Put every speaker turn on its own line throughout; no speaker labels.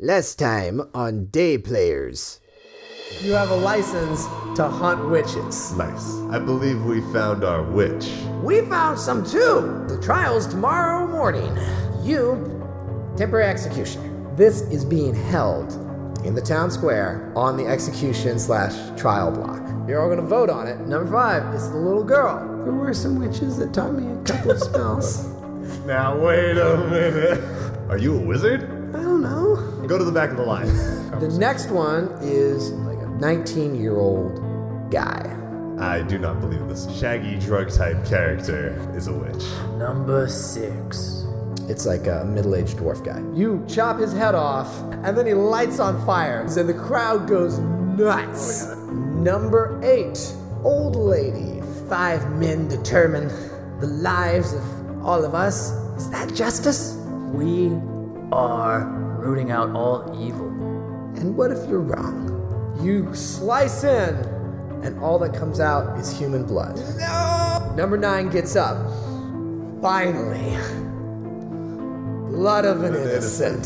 Last time on Day Players.
You have a license to hunt witches.
Nice. I believe we found our witch.
We found some too. The trial's tomorrow morning. You, temporary executioner. This is being held in the town square on the execution slash trial block. You're all gonna vote on it. Number five is the little girl. There were some witches that taught me a couple of spells.
Now wait a minute. Are you a wizard?
I don't know.
Go to the back of the line.
The next one is like a 19 year old guy.
I do not believe this shaggy drug type character is a witch.
Number six.
It's like a middle aged dwarf guy. You chop his head off, and then he lights on fire, and the crowd goes
Oh,
nuts. Number eight, old lady. Five men determine the lives of all of us. Is that justice?
We are rooting out all evil.
And what if you're wrong? You slice in, and all that comes out is human blood. No! Number nine gets up. Finally. Blood of an innocent.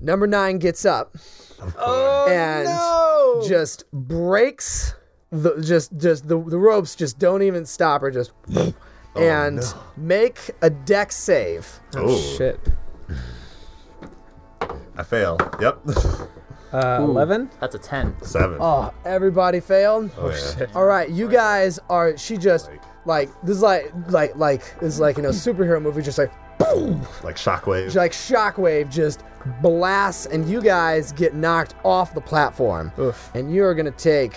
Number nine gets up and just breaks the just just the, the ropes just don't even stop or just and make a deck save.
Oh,
Shit.
I fail. Yep.
Uh, 11?
That's a ten.
Seven.
Oh, everybody failed.
Oh, yeah.
All right, you guys are. She just like this is like like like this is like you know superhero movie. Just like
Like shockwave.
like shockwave just blasts, and you guys get knocked off the platform.
Oof.
And you are gonna take.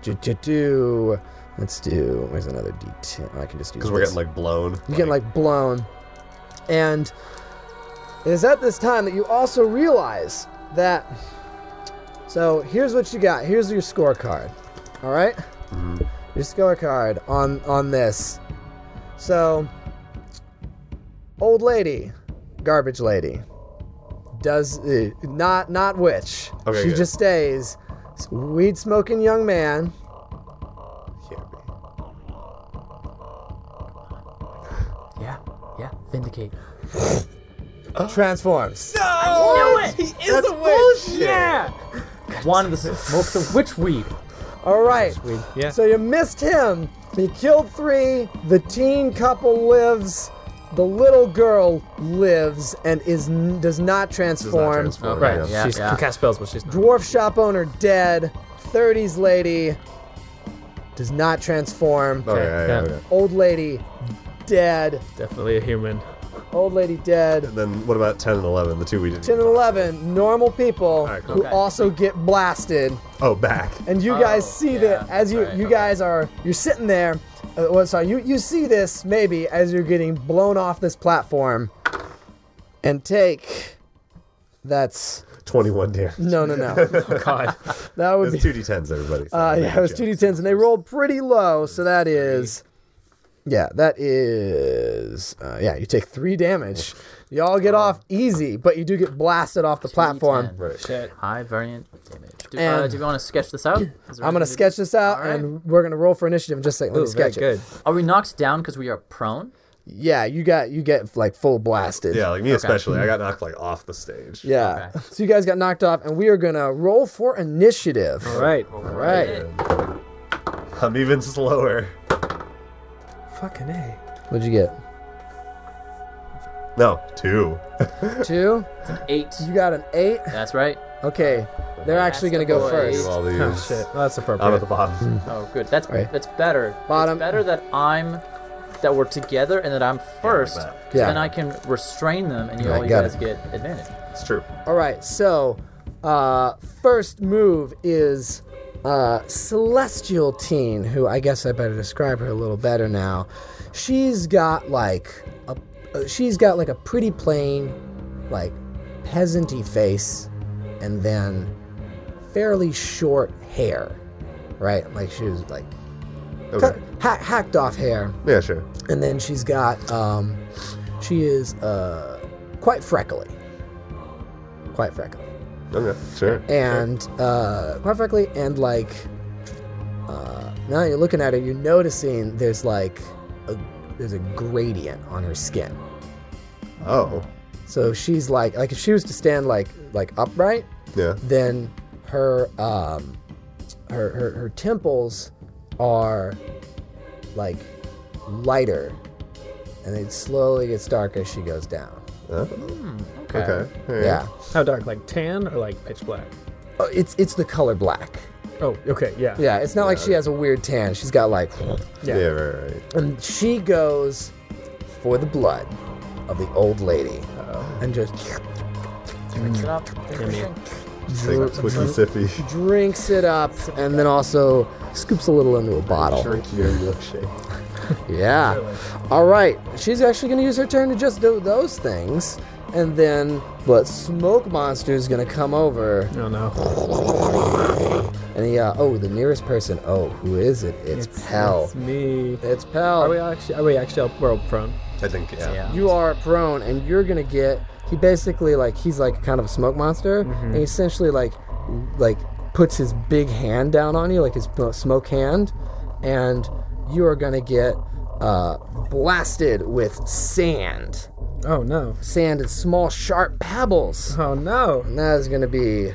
do-do-do. Let's do. Where's another D10? I can just use.
Because we're
this.
getting like blown.
You're getting like blown. And it is at this time that you also realize that. So here's what you got. Here's your scorecard. All right?
Mm-hmm.
Your scorecard on on this. So, old lady, garbage lady, does uh, not not witch.
Okay,
she
good.
just stays. Weed smoking young man.
Can't be.
Yeah, yeah. Vindicate.
Oh.
Transforms.
I knew it.
That's bullshit.
Yeah. One of the smokes of witch weed.
All right.
Yeah.
So you missed him. He killed three. The teen couple lives. The little girl lives and is n- does not
Does not
transform.
transform,
right.
yeah.
Yeah,
she's
yeah.
can cast spells, but she's not.
Dwarf shop owner dead. 30s lady does not transform.
Okay, Oh, yeah, yeah,
yeah.
okay.
Old lady dead.
Definitely a human.
Old lady dead.
And then what about 10 and 11? The two we didn't.
10 and 11, normal people
right, cool.
who
Okay.
also get blasted.
Oh, back.
and you
Oh,
guys see
yeah,
that as you
right,
you
okay.
guys are you're sitting there uh, well, sorry you you see this maybe as you're getting blown off this platform and take that's
21 deer.
no no no
Oh, God.
that would
It's
be
2d10s, everybody. so
uh,
make
yeah it was
a
two
joke.
d tens and they rolled pretty low so that is yeah that is uh, yeah you take three damage y'all
Oh.
get off easy but you do get blasted off the platform
D10.
Right.
Shit.
High variant damage. Do,
And-
uh, do we want to sketch this out? Is there
I'm gonna
anything to
sketch this out
All right.
and we're gonna roll for initiative in just a second let
Ooh,
me
very
sketch it
good.
do? Are we knocked down because we are prone?
yeah you got you get like full blasted
Yeah, like me especially. I got knocked like off the stage.
Yeah. So you guys got knocked off, and we are gonna roll for initiative.
All right.
All right.
I'm even slower.
Fucking A. Oh,
What'd you get?
No, two.
Two.
Eight.
You got an eight.
That's right.
Okay. They're actually gonna go
the boys.
first.
All these.
Oh, shit. Well, that's
I'm at
appropriate.
the bottom.
Oh, good. That's
Right.
that's better.
Bottom.
It's better that I'm that we're together and that I'm first.
bet.
'cause
Yeah.
Then I can restrain them, and you,
Yeah,
all you
got
guys
it.
get advantage.
It's true.
All right. So, uh, first move is uh, Celestial Teen, who I guess I better describe her a little better now. She's got like a, uh, she's got like a pretty plain, like peasanty face, and then fairly short hair, right? Like she was like cut,
Okay.
ha- hacked off hair,
Yeah, sure.
and then she's got um, she is uh, quite freckly, quite freckly,
Okay, sure.
and uh, quite freckly, and like uh, now that you're looking at her, you're noticing there's like a there's a gradient on her skin,
Oh.
So she's like, like if she was to stand like like upright,
Yeah.
then her um her her, her temples are like lighter, and it slowly gets darker as she goes down.
Okay.
Okay. Alright.
Yeah,
How dark? Like tan or like pitch black?
Oh, it's it's the color black.
Oh, okay. Yeah.
Yeah, it's not like she has a weird tan. She's got like,
Yeah.
Yeah, right, right.
and she goes for the blood of the old lady, and just Mm.
Just like Twisty Sippy.
drinks it up, and then also scoops a little into a bottle.
Drink your milkshake.
Yeah. All right. She's actually going to use her turn to just do those things. And then, but Smoke Monster is going to come over.
No, Oh, no.
And he, uh, oh, the nearest person. Oh, who is it? It's, Pell.
It's me.
It's
Are we
Pell.
actually? Are we actually up world prone?
I think, yeah.
You are prone, and you're going to get. He basically, like, he's like kind of a smoke monster. And he essentially, like, like, puts his big hand down on you, like his p- smoke hand. And you are going to get uh, blasted with sand.
Oh no.
sand and small sharp pebbles.
Oh no.
And that is going to be.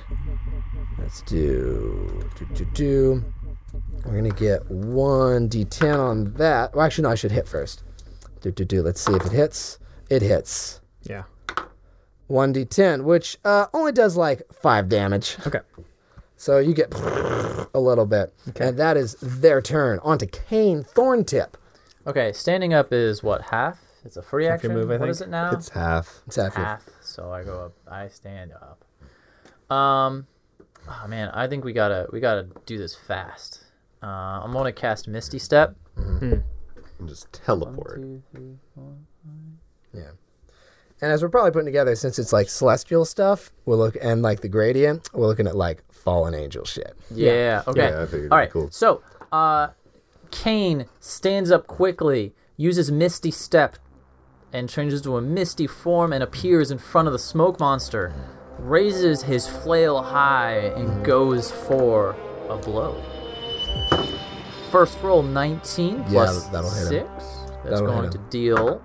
Let's do. do, do, do. We're going to get 1d10 on that. Well, actually, no, I should hit first. Do, do, do. Let's see if it hits. It hits.
Yeah.
1d10, which uh, only does like 5 damage.
Okay.
So you get a little bit. And that is their turn. On to Kane Thorntip.
Okay, standing up is what half? It's a free action.
move, I
What
think.
is it now?
It's half.
It's half your-
half. So I go up. I stand up. Um, oh man, I think we gotta we gotta do this fast. Uh, I'm gonna cast Misty Step.
And just teleport.
Yeah. And as we're probably putting together, since it's like celestial stuff, we'll look and like the gradient, we're looking at like fallen angel shit.
Yeah. Okay.
Yeah, I figured it'd
All
be
right.
cool.
So, uh, Kane stands up quickly, uses Misty Step, and changes to a misty form and appears in front of the smoke monster. Raises his flail high and goes for a blow. First roll 19 plus
that'll hit him.
6. That's
That'll hit
going
him.
to deal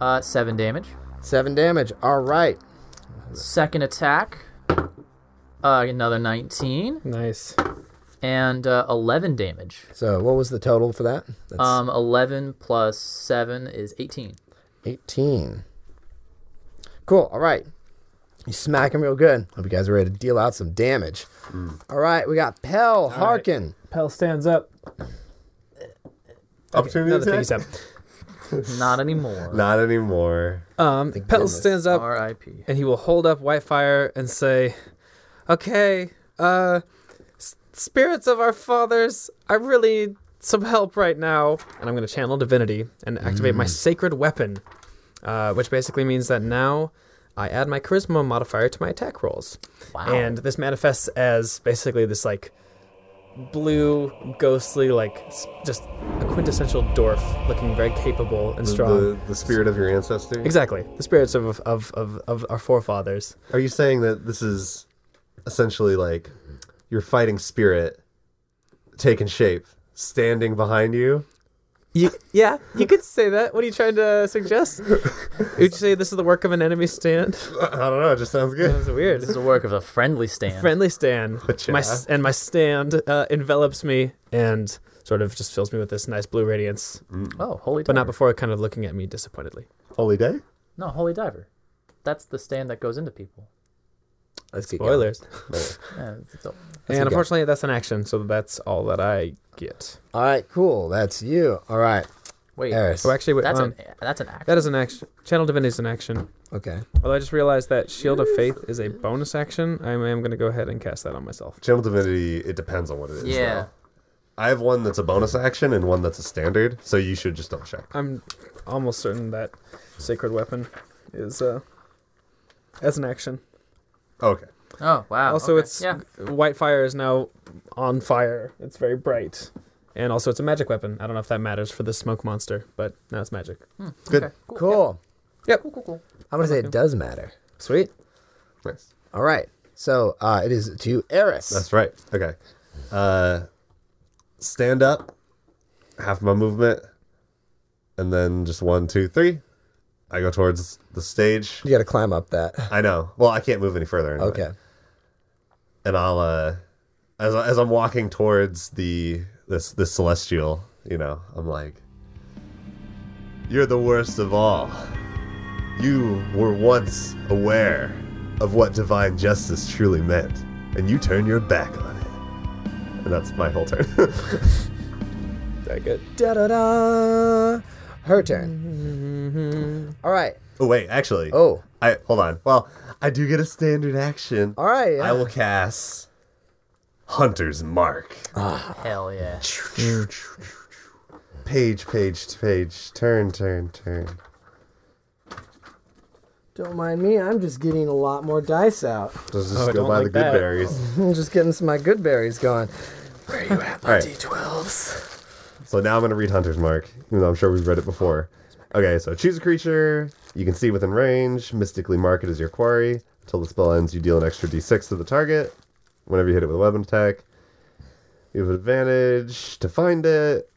uh, 7 damage.
Seven damage. All right.
Second attack, uh, another 19.
Nice.
and uh, 11 damage.
So what was the total for that? That's
Um, 11 plus 7 is 18.
18. Cool. All right. You smack him real good. Hope you guys are ready to deal out some damage. All right. We got Pell, Harkin.
Pell stands up.
Opportunity
Another thing
attack?
he's up.
Not anymore.
Not anymore.
Um, Pell stands up
R.I.P.
and he will hold up Whitefire and say, "Okay, uh, s- spirits of our fathers, I really need some help right now." And I'm going to channel divinity and activate my sacred weapon, uh, which basically means that now I add my charisma modifier to my attack rolls,
Wow.
and this manifests as basically this like blue ghostly like s- just a quintessential dwarf looking very capable and strong
The, the spirit of your ancestor?
exactly the spirits of, of, of, of our forefathers
Are you saying that this is essentially like your fighting spirit taking shape, standing behind you?
You, yeah, you could say that. What are you trying to suggest? Would you say this is the work of an enemy stand?
I don't know. It just sounds good.
That's weird.
This is the work of a friendly stand.
Friendly stand.
But
My s- and my stand uh, envelops me and sort of just fills me with this nice blue radiance,
oh, Holy
but
Diver.
not before kind of looking at me disappointedly.
Holy day?
no, Holy Diver. That's the stand that goes into people.
Let's get going.
Boilers.
Yeah, it's all-
And unfortunately, that's an action, so that's all that I get.
All right. Cool. That's you. All right.
wait,
Eris.
Oh, actually, wait,
that's,
um,
an, that's an action.
that is an action. Channel Divinity is an action.
Okay.
Although I just realized that Shield of Faith is a bonus action, I am going to go ahead and cast that on myself.
Channel divinity, it depends on what it is.
yeah.
though. I have one that's a bonus action and one that's a standard, so you should just double check.
I'm almost certain that sacred weapon is uh as an action.
Okay.
Oh, wow.
Also,
okay,
it's
Yeah.
white fire is now on fire. It's very bright, and also it's a magic weapon. I don't know if that matters for the smoke monster, but now it's magic.
It's good.
Cool.
Yep.
Cool, cool, cool.
I'm going to say it does matter.
Sweet.
Nice.
All right. So uh, it is to Eris.
That's right. Okay. Uh, stand up, half my movement, and then just one, two, three, I go towards the stage.
You got to climb up that.
I know. Well, I can't move any further. anyway.
Okay.
and I'll uh, as as I'm walking towards the this this celestial, you know, I'm like, "You're the worst of all. You were once aware of what divine justice truly meant, and you turn your back on it." And that's my whole turn.
That good.
Da da da. Her turn. All right.
oh wait, actually,
Oh.
I hold on. Well, I do get a standard action.
All right.
I will cast Hunter's Mark.
Uh,
Hell yeah.
Page, page, page. Turn, turn, turn.
Don't mind me. I'm just getting a lot more dice out.
Let's
Oh,
just go
I don't
by the
like
good
that.
berries.
I'm just getting some of my good berries going. Where are you at, my
All right.
D12s?
So now I'm going to read Hunter's Mark, even though I'm sure we've read it before. Okay, so choose a creature you can see within range, mystically mark it as your quarry. Until the spell ends, you deal an extra d6 to the target whenever you hit it with a weapon attack. You have advantage to find it.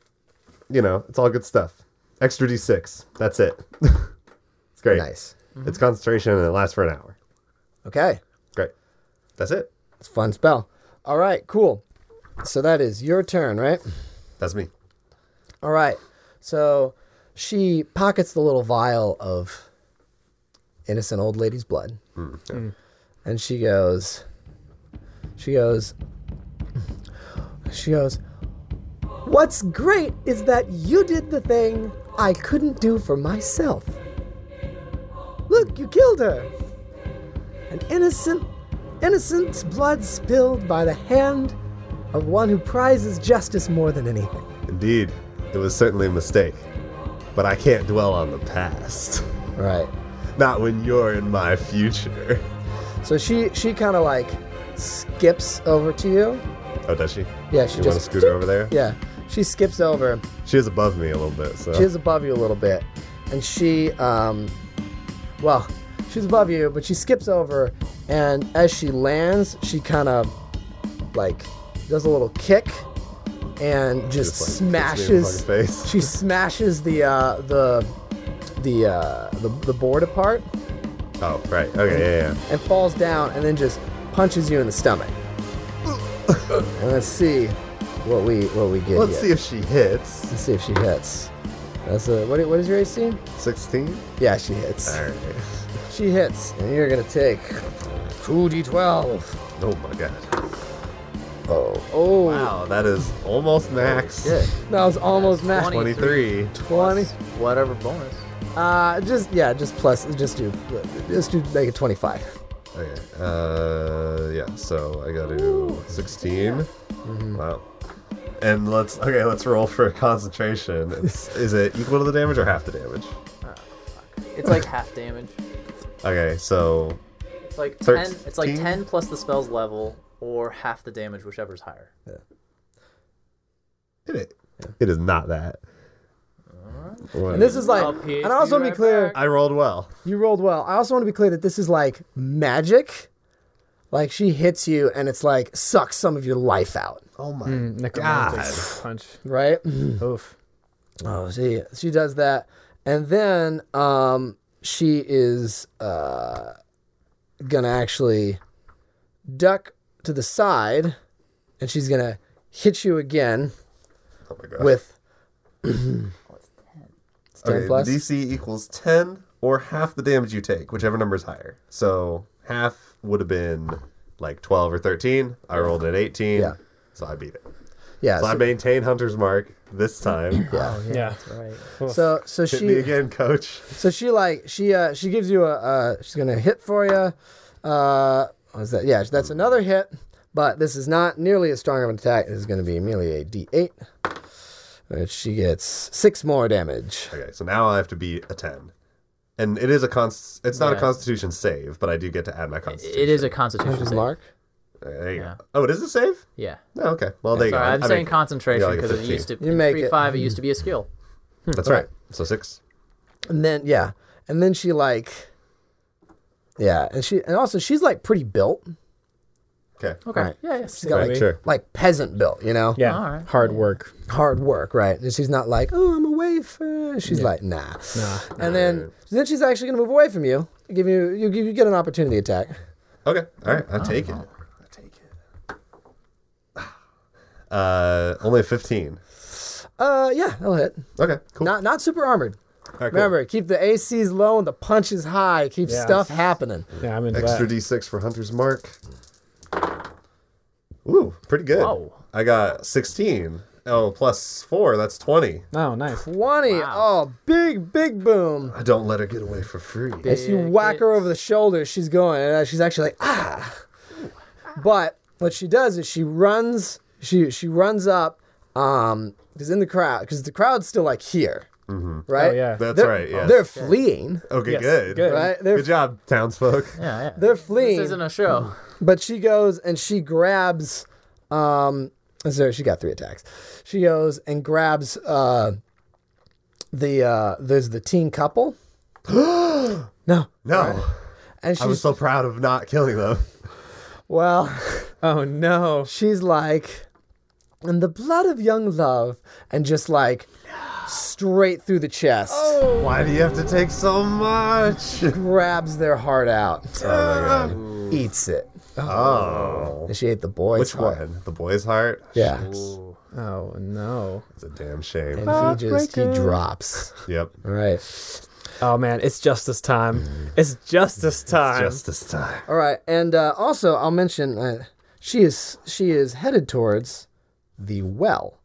You know, it's all good stuff. Extra d6. That's it. it's great.
Nice.
It's concentration and it lasts for an hour.
Okay.
Great. That's it.
It's a fun spell. All right. Cool. So that is your turn, right?
That's me.
All right. So she pockets the little vial of innocent old lady's blood. And she goes, she goes, she goes, What's great is that you did the thing I couldn't do for myself. Look, you killed her. An innocent, innocent blood spilled by the hand of one who prizes justice more than anything.
Indeed, it was certainly a mistake. But I can't dwell on the past.
Right.
Not when you're in my future.
So she she kind of like skips over to you.
Oh, does she?
Yeah, she
you want to
just
scoot her over there?
yeah she skips over.
She is above me a little bit, so.
She's above you a little bit, and she um, well, she's above you, but she skips over, and as she lands, she kind of like does a little kick, and just,
Just, like, kicks me in the
smashes.
fucking face.
She smashes the uh, the the uh, the the board apart
oh, right. Okay, yeah, yeah.
and falls down, and then just punches you in the stomach. and let's see what we what we get.
Let's
here.
see if she hits.
Let's see if she hits. That's a what? i- What is your AC?
16?
Yeah, she hits.
Alright.
She hits, and you're gonna take two d12.
Oh my god.
Oh, oh,
Wow, that is almost max.
Good.
that was almost max.
20.
23.
20.
Whatever bonus.
Uh, just yeah, just plus, just do, just do make it 25.
Okay. Uh, yeah. So I got to 16.
Mm-hmm.
Wow. And let's okay. Let's roll for concentration. It's, is it equal to the damage or half the damage?
It's like half damage.
Okay. So
It's like ten.
Thirteen?
It's like ten plus the spell's level or half the damage, whichever's higher.
it it is not that.
And this is like,
I'll
and I also want to be clear,
I rolled well.
you rolled well. I also want to be clear that this is like magic. Like she hits you, and it's like sucks some of your life out,
Oh my
Mm.
Necromantic punch.
right?
Oof.
Oh, she she does that, and then um, she is uh, gonna actually duck to the side, and she's gonna hit you again
Oh my god.
with. It's ten
okay,
plus.
DC equals 10 or half the damage you take, whichever number is higher. So half would have been like 12 or 13. I rolled at 18.
Yeah.
So I beat it.
yeah.
So I
So,
maintain Hunter's Mark this time.
Yeah.
Right.
so so
Hit me
she
again, coach.
so she like she uh she gives you a uh, she's gonna hit for you. Uh, what is that? Yeah, that's another hit, but this is not nearly as strong of an attack. This is gonna be merely a D8. Which she gets six more damage.
Okay, so now I have to beat a 10. And it is a const it's not a
Yeah.
constitution save, but I do get to add my constitution.
It is a Constitution save.
Mark.
Okay, there you
Yeah.
go. Oh, it is a save?
Yeah.
No, okay. Well, there you
Sorry,
go.
I'm
I
saying
make-
concentration
Yeah, like a
because it
15.
used to
You
in
make
three
it.
five. It used to be a skill.
That's right. So 6.
And then yeah, and then she like, yeah, and she and also she's like pretty built,
Okay.
Okay.
Right.
Yeah, yeah.
She's got like,
Maybe.
Sure.
like peasant built, you know?
Yeah.
All right.
Hard work.
hard work, right? And she's not like, oh, I'm a wafer. She's like, nah. Nah. And then, then she's actually going to move away from you. Give you, you, you get an opportunity attack.
Okay. All right. I'll take it. I'll take it. Uh, only a 15.
Uh, yeah, that'll hit.
Okay. Cool.
Not, not super armored.
All right, Ah, cool.
Remember, keep the ACs low and the punches high. Keep
Yeah.
stuff happening.
Yeah, I'm in
Extra d6 for Hunter's Mark. Ooh, pretty good.
Whoa.
I got 16. Oh, plus 4, that's 20.
Oh, nice.
20. Oh, big, big boom.
I don't let her get away for free.
As you whack her over the shoulder, she's going. And uh, she's actually like, ah. But what she does is she runs. She she runs up. Um, is in the crowd because the crowd's still like here,
Mm-hmm.
right?
Oh, yeah.
That's
they're,
right, yeah.
They're fleeing,
okay,
Yes,
good.
good.
right? They're
Good job, townsfolk.
Yeah, yeah.
they're fleeing.
This isn't a show.
but she goes and she grabs. Um, so she got three attacks. She goes and grabs uh, the uh, there's the teen couple. no,
No,
and
I
she's
was so proud of not killing them.
well.
Oh no.
she's like, and the blood of young love, and just like straight through the chest,
Why do you have to take so much?
grabs their heart out, eats it.
Oh.
And she ate the boy's
Which
heart.
one? The boy's heart?
Yeah.
Oh no.
It's a damn shame.
And he just he drops.
Yep.
All right,
Oh man, it's justice time. It's justice time.
Just this time.
all right, and uh, also I'll mention uh, she is she is headed towards the well,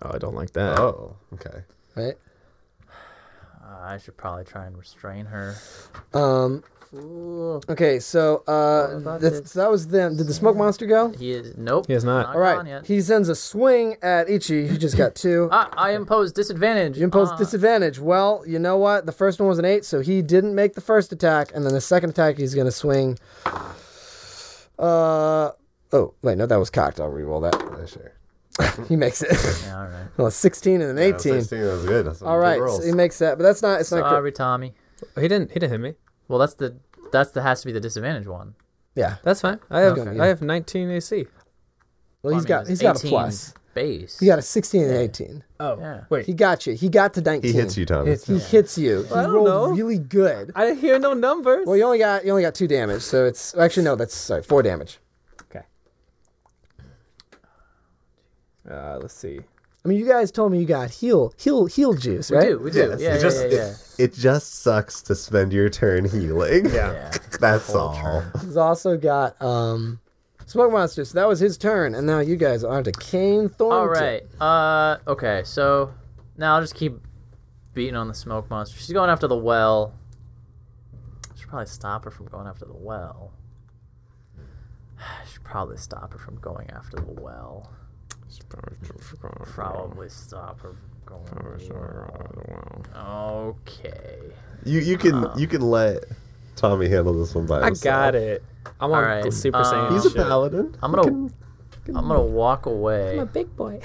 Oh, I don't like that.
Oh, okay.
right?
Uh, I should probably try and restrain her.
Um. Okay, so uh, that's, that was them. Did the smoke monster go?
He is nope.
He is not.
All
gone
right,
yet.
he sends a swing at Ichi. He just got two.
Ah, I impose disadvantage.
You impose
Ah,
disadvantage. Well, you know what? The first one was an eight, so he didn't make the first attack, and then the second attack he's gonna swing. Uh oh, wait, no, that was cocked. I'll re-roll that.
Yeah, sure.
He makes it.
yeah, all right.
well, sixteen and an
Yeah,
eighteen.
16, that was good. That's some
All
good
right,
rolls.
so he makes that, but that's not. It's not. Crit-
Sorry, Tommy.
Oh, He didn't. He didn't hit me.
Well, that's the that's the has to be the disadvantage one.
yeah.
That's fine. I have.
Okay.
I have 19 AC.
Well, he's
Tommy
got.
was
He's got a
18
plus.
base.
He got a sixteen and an eighteen.
Oh
Yeah.
wait.
He got you. He got to nineteen.
he hits you, Tommy.
He hits you.
I
he
don't
rolled
know.
really good.
I didn't hear no numbers.
Well, you only got you only got two damage, so it's actually no. That's sorry, four damage.
okay. Uh, let's see.
I mean, you guys told me you got heal heal heal juice,
We
right?
do. We do.
Yes,
yeah,
it
yeah,
just,
yeah, yeah.
It, it just sucks to spend your turn healing.
Yeah.
That's all.
He's also got um, smoke monster. So that was his turn, and now you guys are to Kane Thornton.
All right. Uh, okay. So now I'll just keep beating on the smoke monster. She's going after the well. I should probably stop her from going after the well. I should probably stop her from going after the well. Probably stop her from going. After the well. Okay.
You you can
Um,
you can let Tommy handle this one by
I
himself.
got it. I'm on
right,
Super
um,
Saiyan.
He's a
shit.
paladin.
I'm gonna. I'm gonna walk away.
big boy.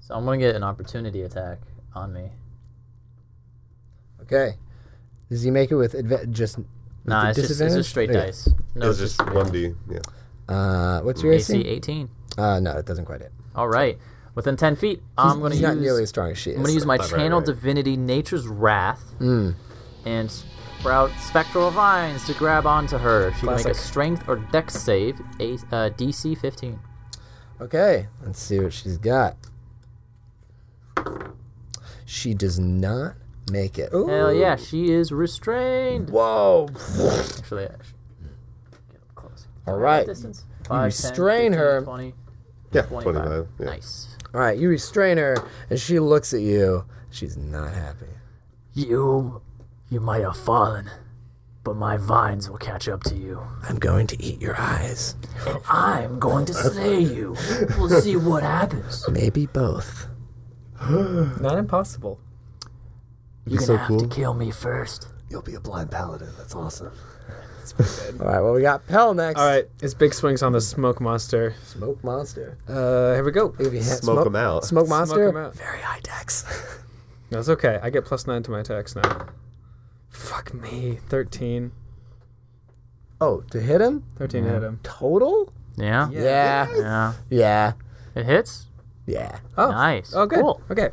So I'm gonna get an opportunity attack on me.
Okay. Does he make it with adva- just? with
Nah,
the
it's just it's
disadvantage?
just straight
Okay.
dice. No,
It's just one D. Yeah.
Uh, what's your
AC
AC?
18.
Uh, no, it doesn't quite hit.
All right, within 10 feet, I'm gonna
He's not nearly
use.
as strong as Hmm. she is.
I'm gonna use my
Right, right,
channel
right.
divinity, nature's wrath, and sprout spectral vines to grab onto her. She can make
Classic.
a strength or dex save, a, uh, DC 15.
Okay, let's see what she's got. She does not make it.
Hell yeah, she is restrained.
Whoa!
Actually, I should get up close.
All right.
Distance.
restrain her.
20,
Yeah.
25.
Yeah.
Nice.
All right, you restrain her, and she looks at you. She's not happy.
You, you might have fallen, but my vines will catch up to you.
I'm going to eat your eyes.
I'm going to slay you. We'll see what happens.
Maybe both.
Not impossible.
You're
so
gonna have
cool.
to kill me first.
You'll be a blind paladin. That's awesome.
All right, well, we got Pell next.
All right, it's big swings on the smoke monster.
Smoke Monster.
Uh, here we go.
If you hit-
Smoke, him out.
Smoke
Smoke
Monster?
him out.
Very high dex.
That's okay. I get plus nine to my attacks now. Fuck me. Thirteen.
Oh, to hit him?
13 to hit him.
Total?
Yeah.
Yeah.
Yeah.
Yeah.
It hits.
Yeah.
Oh,
Nice.
Oh, good.
Cool.
Okay.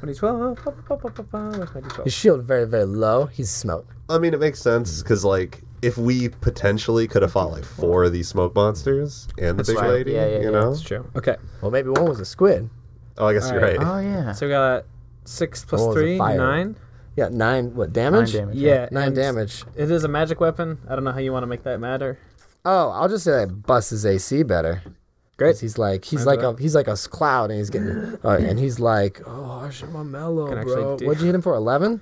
1d12. Ba, ba, ba, ba, ba. Where's my
His
d12?
shield very, very low. He's smoke.
I mean, it makes sense because like if we potentially could have fought like four of these smoke monsters and the big
right.
lady,
Yeah, yeah,
you
yeah.
know.
That's true. Okay.
Well, maybe one was a squid.
Oh, I guess you're
right.
right.
Oh yeah.
So we got 6 plus
Oh, it's a
3,
fire.
9.
Yeah, nine. What damage?
Nine damage.
Yeah.
Nine
and
damage.
It is a magic weapon. I don't know how you want to make that matter.
Oh, I'll just say that busts his AC better.
Great.
'Cause He's like he's
Mine's
like
better.
a he's like a cloud, and he's getting all right, and he's like, oh, I should my mellow,
Can actually
bro.
do-
What'd you hit him for? Eleven?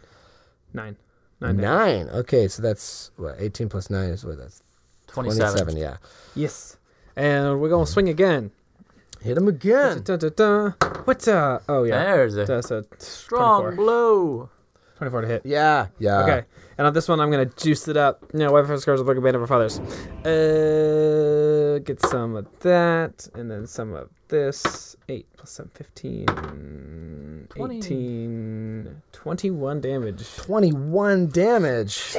9. 9 damage.
Nine. Okay, so that's what eighteen plus nine is what that's
Twenty-seven.
twenty-seven. Yeah,
Yes. And we're going to swing again.
hit him again.
Dun, dun, dun. What? Uh, oh, yeah.
There's a
That's a
strong
24.
blow.
24 to hit.
Yeah, yeah.
Okay. And on this one, I'm going to juice it up. No, wife of scars are looking band of our fathers. Uh, get some of that, and then some of this. 8 plus some 15,
Twenty.
18, 21 damage.
Twenty-one damage.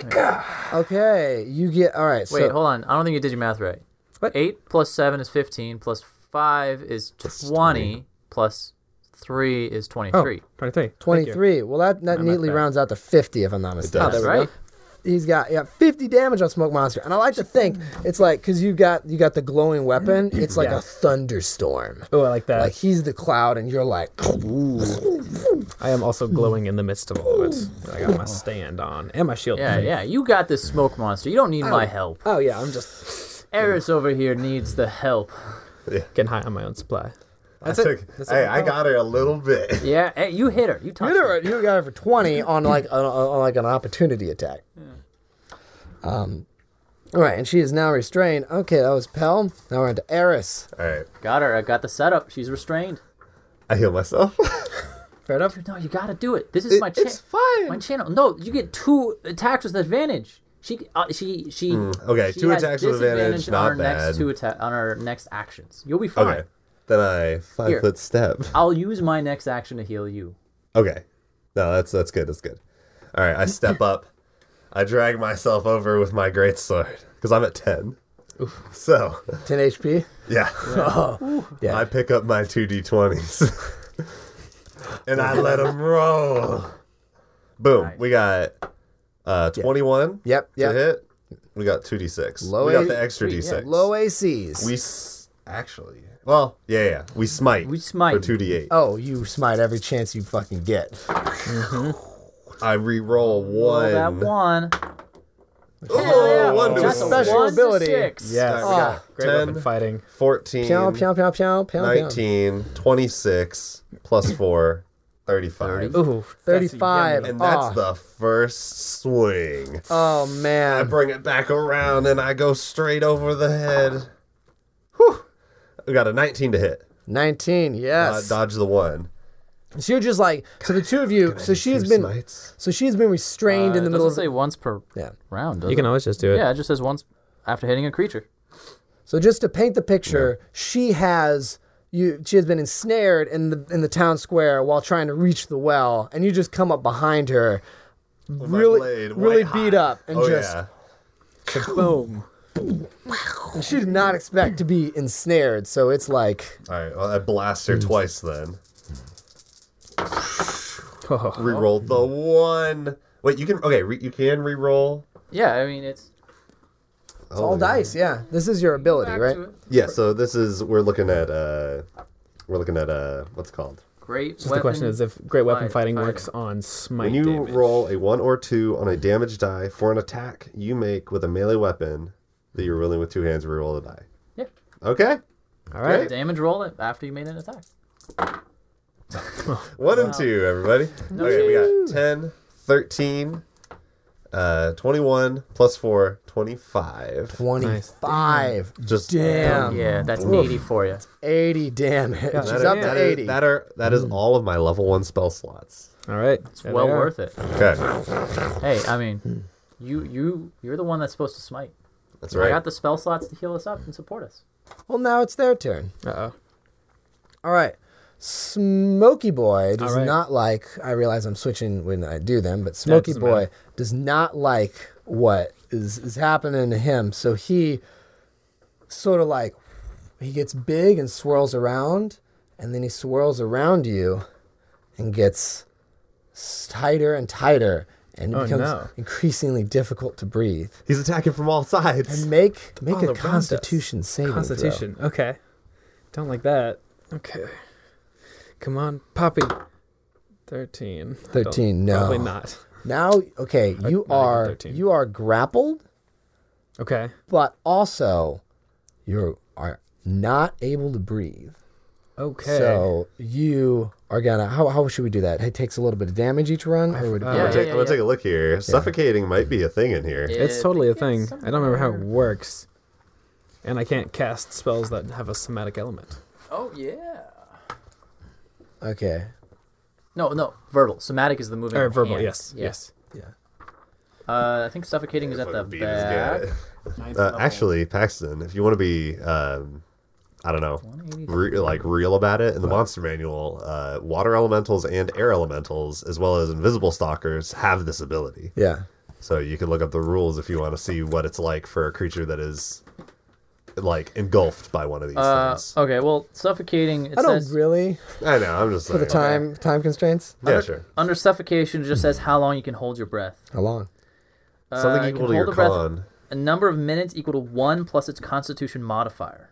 Okay, you get all right.
Wait,
so,
hold on. I don't think you did your math right.
What?
Eight plus seven is fifteen. Plus five is twenty. Plus three is
Oh,
twenty-three.
23. Thank you.
23. Well, that, that
not
neatly
bad.
rounds out to 50, if I'm not mistaken.
does.
That's
Oh, There we go.
right.
He's got yeah 50 damage on Smoke Monster, and I like to think it's like because you got you got the glowing weapon. It's like a thunderstorm.
Oh, I like that.
Like he's the cloud, and you're like,
I am
Hmm.
also glowing in the midst of all of it. I got my stand on and my shield.
Yeah, yeah. You got this smoke monster. You don't need my help.
Oh, yeah. I'm just
Eris over here needs the help.
getting high on my own supply.
That's
it.
Took,
That's
hey,
it.
I got her a little bit.
Yeah, hey, you hit her. You touched her.
you got it for 20 on like a, on like an opportunity attack. Um, all right, Um, and she is now restrained. Okay, that was Pell. Now we're into Eris.
All right,
Got her. I got the setup. She's restrained.
I heal myself.
Fair enough.
No, you gotta do it. This is my channel.
it's fine.
My channel. No, you get two attacks with advantage. She, uh, she, she.
Hmm, okay,
she
two
has
attacks with
disadvantage
advantage, not
on our
bad.
Next two atta- on our next actions. You'll be fine.
okay, then I five
Here.
foot step.
I'll use my next action to heal you.
Okay, no, that's that's good. That's good. All right, I step up. I drag myself over with my great sword because I'm at ten. So
10 HP.
yeah,
Yeah.
I pick up my two d20s and I let them roll. Boom. We got uh, 21
Yep,
to
yep.
hit. We got 2d6.
Low
we got
A-
the extra
yeah,
d6.
Low ACs.
We s- actually. Well, yeah, yeah. We smite.
We smite.
For 2d8.
oh, you smite every chance you fucking get.
I re roll
Roll
one.
that one.
Oh, wonderful.
That's a
Special
one
ability.
To six.
Yeah, we got
Great
10,
weapon fighting.
14,
Pow, pow, pow, pow, pow,
19, 26, plus 4, 35.
Ooh, that's
35.
yummy.
And that's
Aw.
the first swing.
Oh
I
man.
bring it back around and I go straight over the head. Whew. We got a 19 to hit.
19.
Uh,
Yes.
dodge the one.
so you're just like so the two of you so she's been
Smites.
so she's been restrained in the
Uh, it
middle
doesn't
of
say once per
Yeah.
round. Does
You can
it?
always just do it.
Yeah, it just says once after hitting a creature.
So just to paint the picture, she has you she has been ensnared in the in the town square while trying to reach the well and you just come up behind her really
blade,
really
white
beat
hot.
up and
oh,
just
yeah.
Boom.
she did not expect to be ensnared so it's like
All right, well, I blast her twice then. Rerolled the one. Wait, you can okay. Re, you can reroll.
Yeah, I mean it's
it's all dice yeah this is your ability
back
right
to it.
Yeah. So this is we're looking at uh, we're looking at uh, what's it called
Great.
Just the question is if great weapon
Fight-
fighting
fighting.
works on smite
when you
damage.
roll a one or two on a damage die for an attack you make with a melee weapon that you're rolling with two hands. Reroll the die.
yeah.
Okay.
All right.
Great.
Damage roll it after you made an attack.
One and two, everybody. okay, we got 10, 13, uh, 21, plus 4, 25.
25
Just
damn
Yeah, that's eighty for you.
80 damage she's
That,
up
is,
to Mm.
that,
80
is, that are that is all of my level one spell slots.
All right. It's
Well worth it.
Okay,
Hey, I mean, you you you're the one that's supposed to smite.
that's
I
right.
got the spell slots to heal us up and support us.
well now it's their turn
Uh-oh.
All right. Smoky Boy does
All right.
not like. I realize I'm switching when I do them, but Smoky
doesn't
Boy
matter.
does not like what is, is happening to him. So he sort of like he gets big and swirls around, and then he swirls around you and gets s- tighter and tighter, and it
Oh,
becomes
no.
increasingly difficult to breathe.
He's attacking from all sides.
Make make
all
a
around us.
Constitution saving throw.
Constitution. Okay. Don't like that. Okay. Come on, Poppy. Thirteen. I don't-
13, no.
Probably not.
Now, okay, you
not even
are
13.
you are grappled,
Okay.
but also you are not able to breathe.
Okay.
So you are gonna. How, how should we do that? It takes a little bit of damage each run. Or would it be-
I'm
Yeah,
gonna, take,
yeah,
I'm gonna
yeah.
take a look here. Suffocating might be a thing in here.
Yeah.
it's totally a thing. I don't remember how it works. And I can't cast spells that have a somatic element.
Oh yeah.
Okay.
No, no, verbal. Somatic is the moving.
Or
of the
Er, verbal,
hand.
yes.
Yeah.
Yes.
Uh, I think suffocating is at the
Fucking beat this guy.
back.
Uh, actually, Paxton, if you want to be, um, I don't know, re- like real about it, in the monster manual, uh, water elementals and air elementals, as well as invisible stalkers, have this ability.
Yeah.
So you can look up the rules if you want to see what it's like for a creature that is like engulfed by one of these
Uh,
things.
okay, well, suffocating. It
I don't
says
really
I know. I'm just for
the time time constraints.
Yeah, sure.
under suffocation it just says how long you can hold your breath.
How long?
Uh,
Something
you
equal
can
to your
hold a breath
con.
A number of minutes equal to one plus its Constitution modifier.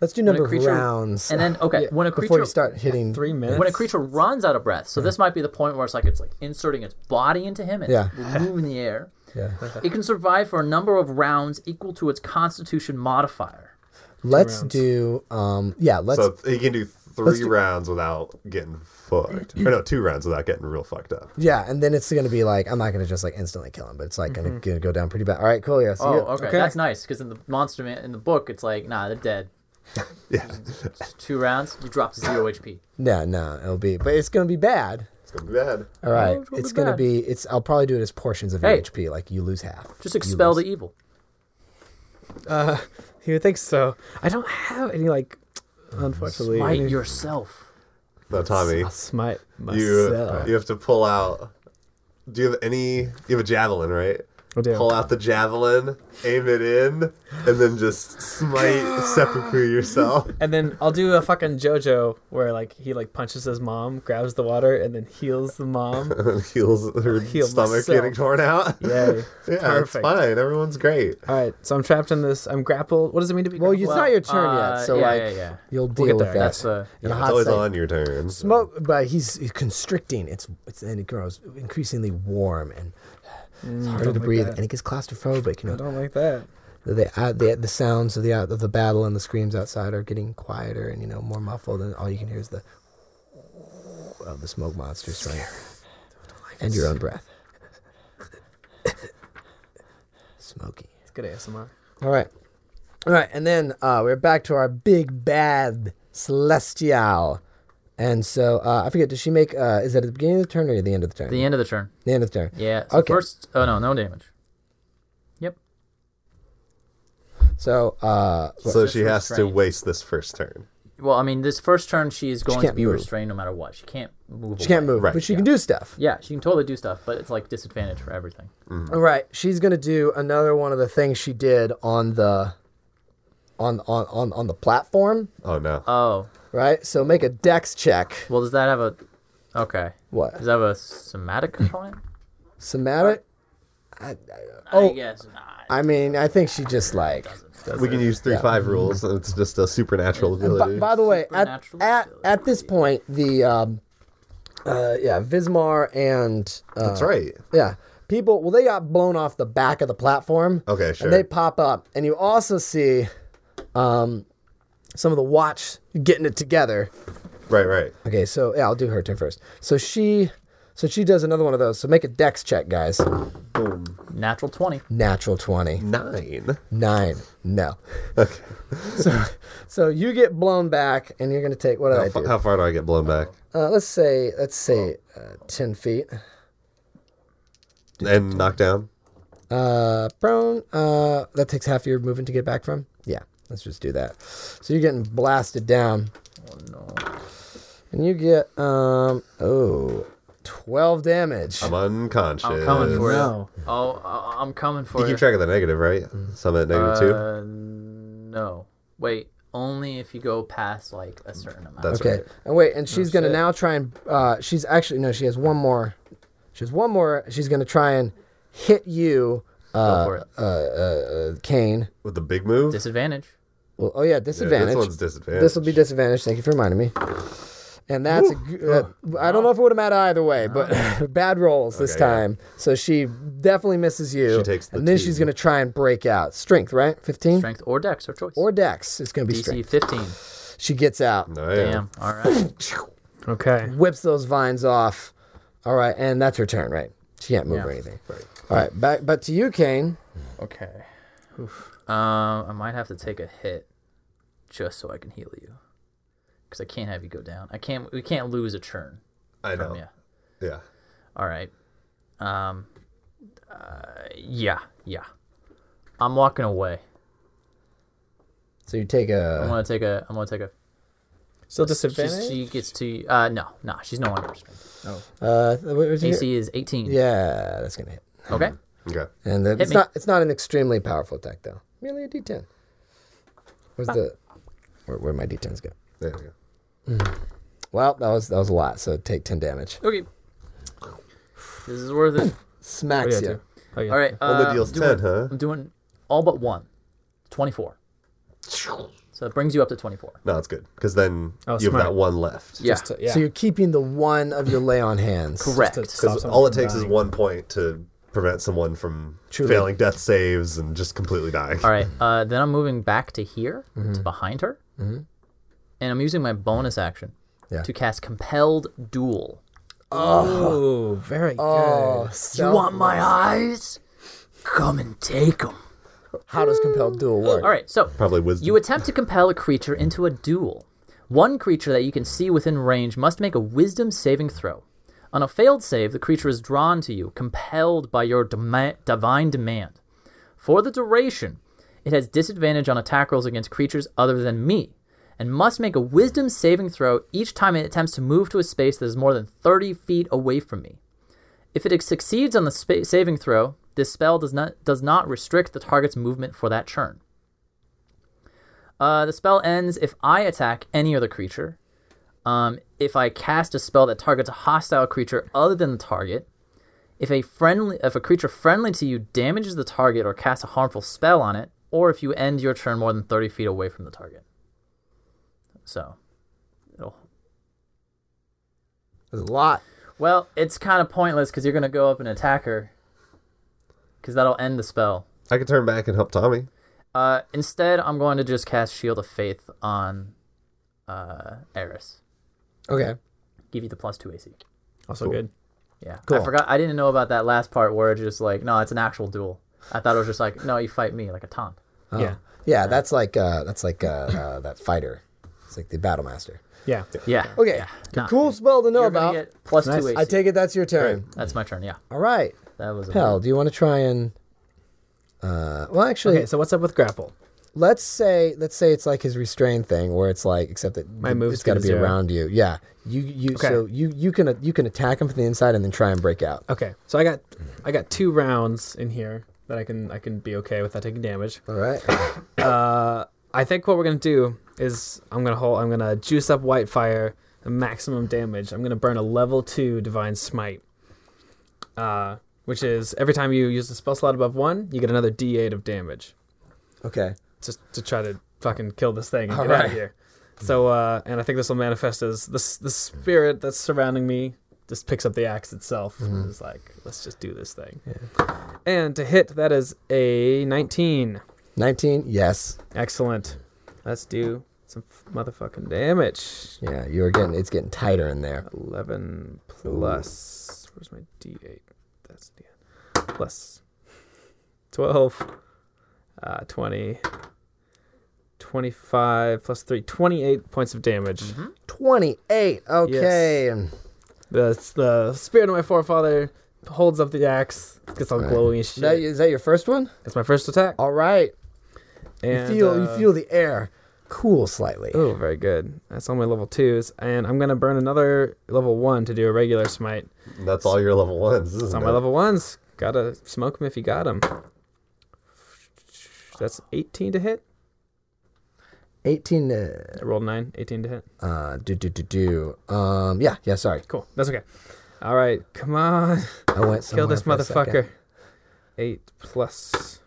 Let's do number
a creature-
of rounds.
And then, okay, when a
before
creature
you start hitting
Three minutes.
when a creature runs out of breath,
Hmm.
so this might be the point where it's like it's like inserting its body into him. It's
Yeah.
moving the air.
Yeah.
It can survive for a number of rounds equal to its Constitution modifier.
Let's
rounds.
do. Um. Yeah. Let's.
So he can do three rounds without getting fucked. or no, two rounds without getting real fucked up.
yeah. And then it's gonna be like I'm not gonna just like instantly kill him, but it's like gonna,
Mm-hmm.
gonna go down pretty bad. All right. Cool. Yeah. See
Oh,
you.
okay.
Okay.
that's nice because in the monster man in the book, it's like nah, they're dead.
Yeah.
Just Two rounds, you drop to zero HP.
No. No. It'll be. But it's gonna be bad.
It's gonna be bad.
All right.
it's gonna
it's
be
gonna
bad.
be. It's. I'll probably do it as portions of your
Hey.
HP. Like you lose half.
Just expel the evil.
He would think so. I don't have any like unfortunately.
Fight
any-
yourself.
No, Tommy,
I'll smite
you
myself.
you have to pull out. Do you have any? You have a javelin, right?
I do.
Pull out the javelin, aim it in, and then just smite seppuku yourself.
And then I'll do a fucking JoJo where like he like punches his mom, grabs the water, and then heals the mom.
And then heals her
Heal
stomach
myself.
getting torn out.
Yay.
Yeah, it's
Perfect.
fine. Everyone's great.
All right, so I'm trapped in this. I'm grappled. What does it mean to be?
Well,
grappled?
it's not your turn
uh,
yet, so
yeah,
like
yeah, yeah.
you'll deal
We'll get
with
there.
that.
That's the
in a
It's
hot
always
second.
on your turn.
Smoke, but he's constricting. It's, it's and it grows increasingly warm and
Mm.
it's harder to breathe, and it gets claustrophobic. You
I
know,
don't like that.
the, uh, the the sounds of the out of the battle and the screams outside are getting quieter and you know more muffled, and all you can hear is the of the smoke monster's strength and your own breath. Smoky.
It's good ASMR.
All right. All right. And then uh, we're back to our big bad Celestial. And so uh, I forget, does she make, uh, is that at the beginning of the turn or at the end of the turn?
The end of the turn.
The end of the turn.
Yeah. So
Okay.
First, oh no, no damage. Yep.
So, uh,
So she has to
restrained.
waste this first turn.
Well, I mean, this first turn she is going to
can't
be
move.
restrained no matter what. She can't move.
she can't move,
Right,
but she can do stuff.
Yeah, she can totally do stuff, but it's like disadvantage for everything.
All right. She's going to do another one of the things she did on the. On, on, on, on the platform,
Oh no.
Oh,
right? So make a dex check.
well, does that have a? Okay.
What?
Does that have a somatic component?
Somatic?
oh, I guess not.
I mean, I think she just like.
we can use three five rules. and It's just a supernatural
by,
ability.
by the way, at,
Supernatural
at, at this point, the um, uh, yeah, Vismar and uh,
That's right.
yeah, people. Well, they got blown off the back of the platform.
Okay, sure.
And they pop up, and you also see um, some of the watch getting it together.
Right, right.
Okay, so yeah, I'll do her turn first. So she, so she does another one of those. So make a dex check, guys.
Boom.
Natural twenty.
Natural twenty.
Nine.
Nine. No. so, so you get blown back, and you're gonna take what did
How,
I
fa-
do?
how far do I get blown back?
Uh, let's say let's say uh, ten feet.
And knocked down?
Uh, prone. Uh, that takes half your movement to get back from. Yeah, let's just do that. So you're getting blasted down,
No.
and you get um oh 12 damage.
I'm unconscious.
I'm coming for it.
No.
Oh, I- I'm coming for
You
it.
keep track of the negative, right? Some at negative two.
Uh, no. Wait, only if you go past like a certain amount.
That's
Okay.
right.
And wait, and she's gonna
shit.
now try and uh, she's actually no, she has one more. She has one more. She's gonna try and hit you,
go for it.
uh, Kane.
With the big move.
Disadvantage.
Well, oh yeah,
Yeah,
disadvantage.
this one's disadvantage.
This will be disadvantage. Thank you for reminding me. And that's a g uh, I don't know if it would have mattered either way, but bad rolls this
Okay, yeah.
time. So she definitely misses you.
She takes the
and then
T.
she's gonna try and break out. Strength, right? Fifteen
Strength or dex or choice.
or dex. It's gonna be
DC
strength.
15.
She gets out.
Oh, yeah.
Damn. All right.
Mm.
Okay.
whips those vines off. All right, and that's her turn, right? She can't move or
Yeah.
anything. All right, back but to you, Kane.
Okay. Um, I might have to take a hit just so I can heal you. Because I can't have you go down. I can't. We can't lose a turn.
I know.
Yeah.
Yeah.
All right. Um. uh, yeah. Yeah. I'm walking away.
So you take
I'm
a
gonna take a. I'm gonna take a.
Still
She's,
disadvantage.
she gets to. Uh. No. Nah. She's no longer. restrained.
uh, what was your-
AC is 18.
yeah, that's gonna hit.
Okay.
Okay.
And then it's
me.
not it's not an extremely powerful attack though. Merely a D10. Where's the where where my D10s go?
There we go.
Well, that was that was a lot. So take ten damage.
Okay. This is worth it.
Oh,
Smacks
yeah,
you.
two. Oh, yeah.
All right.
Well,
uh,
the deal's
I'm doing-
10, huh?
I'm doing all but one. 24. So that brings you up to 24.
No, it's good. Because then
Oh,
you have
smart.
that one left.
Yeah.
Just to- yeah.
So you're keeping the one of your lay on hands.
Correct.
to stop
Because
someone
all it
from
takes is
dying.
one point to prevent someone from
Truly.
failing death saves and just completely dying.
All right. Uh, then I'm moving back to here, to behind her, and I'm using my bonus action
Yeah.
to cast compelled duel.
Ooh, Oh, very
Oh,
good.
so
my eyes? Come and take them.
how does compelled duel work?
All right. So
Probably wisdom.
You attempt to compel a creature into a duel. One creature that you can see within range must make a wisdom saving throw. On a failed save, the creature is drawn to you, compelled by your dema- divine demand. For the duration, it has disadvantage on attack rolls against creatures other than me, and must make a wisdom saving throw each time it attempts to move to a space that is more than 30 feet away from me. If it succeeds on the spa- saving throw, this spell does not, does not restrict the target's movement for that turn. Uh, the spell ends if I attack any other creature. Um, if I cast a spell that targets a hostile creature other than the target. If a friendly, if a creature friendly to you damages the target or casts a harmful spell on it, or if you end your turn more than thirty feet away from the target. So, it'll,
There's a lot.
well, it's kind of pointless because you're gonna go up and attack her. Because that'll end the spell.
I could turn back and help Tommy.
Uh, instead, I'm going to just cast Shield of Faith on uh, Eris.
Okay.
Give you the plus two AC.
Also good.
Yeah. I
Cool.
forgot. I didn't know about that last part where it's just like, no, it's an actual duel. I thought it was just like, no, you fight me like a taunt.
Oh.
Yeah.
Yeah, that's like uh, that's like uh, uh, that fighter. It's like the battle master.
Yeah.
Yeah.
Okay,
Nah.
cool spell to know
You're
about.
gonna get plus
Nice.
two AC.
I take it that's your turn.
That's my turn. Yeah.
All right,
That was a
Pell, do you want to try and? Uh, well, actually,
Okay, so what's up with grapple?
let's say let's say it's like his restrain thing, where it's like except that
My
th-
move
it's got to be
speed is zero.
around you. Yeah, you you
Okay.
so you you can you can attack him from the inside and then try and break out.
Okay, so I got I got two rounds in here that I can I can be okay without taking damage.
All right,
Uh, I think what we're gonna do is I'm gonna hold I'm gonna juice up Whitefire the maximum damage. I'm gonna burn a level two Divine Smite, uh, which is every time you use a spell slot above one, you get another D8 of damage.
okay,
just to try to fucking kill this thing and
All
get out
right.
of here. So, uh, and I think this will manifest as this the spirit that's surrounding me just picks up the axe itself and is like, let's just do this thing. And to hit, that is a 19.
nineteen. Yes,
Excellent. Let's do some f- motherfucking damage.
yeah, you're getting it's getting tighter in there.
11 plus. Where's my d8? That's the Plus 12, uh, 20, 25, plus 3, 28 points of damage.
Mm-hmm. Twenty-eight. Okay,
The, the spirit of my forefather holds up the axe, gets all glowy and shit.
That- is that your first one?
That's my first attack.
All right.
And,
feel Oh, you
uh,
feel the air cool slightly.
Oh, very good. That's all my level twos, and I'm gonna burn another level one to do a regular smite.
That's all your level ones. Isn't
It's on
it?
my level ones. Gotta smoke them if you got them. That's 18 to hit.
18 to
I rolled nine. 18 to hit.
uh do do do do. Um yeah, yeah, sorry.
Cool. That's okay. All right, come on,
I went
kill
somewhere
this
for a second.
motherfucker. Eight plus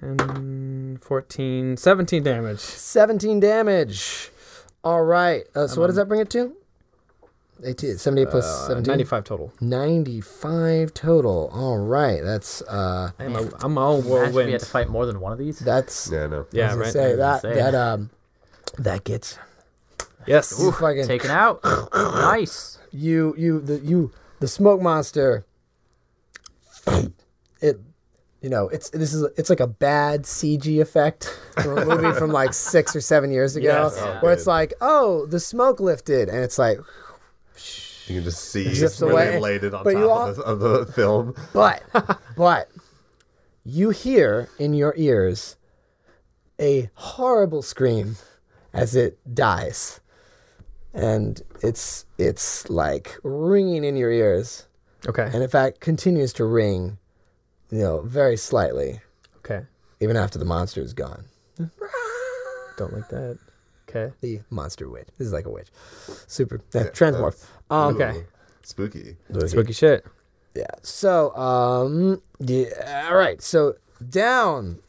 10, 14, 17 damage.
17 damage. All right. Uh, so what does that bring it to? 18, 78 plus
Um, Uh,
17.
95 total.
95 total. All right. That's uh
I'm a, I'm all
Imagine we had
whirlwind.
to fight more than one of these.
that's
Yeah, no.
Yeah,
I was
right.
gonna say that
say.
that um that gets
Yes.
you fucking
Taken out. nice.
you you the you the smoke monster it you know it's this is it's like a bad cg effect from a movie from like six or seven years ago
Yes.
Oh,
where it's
good.
like oh the smoke lifted and it's like
You can just see
Zips
where
away.
they laid it on
But
top
you
of, the, of the film.
but but you hear in your ears a horrible scream as it dies and it's it's like ringing in your ears
Okay.
and in fact continues to ring, you know, very slightly,
Okay.
even after the monster is gone.
Don't like that. Okay.
The monster witch. This is like a witch. Super uh, transmorph. Um,
Okay.
Spooky.
Spooky shit.
Yeah. So, um, yeah. All right. So down.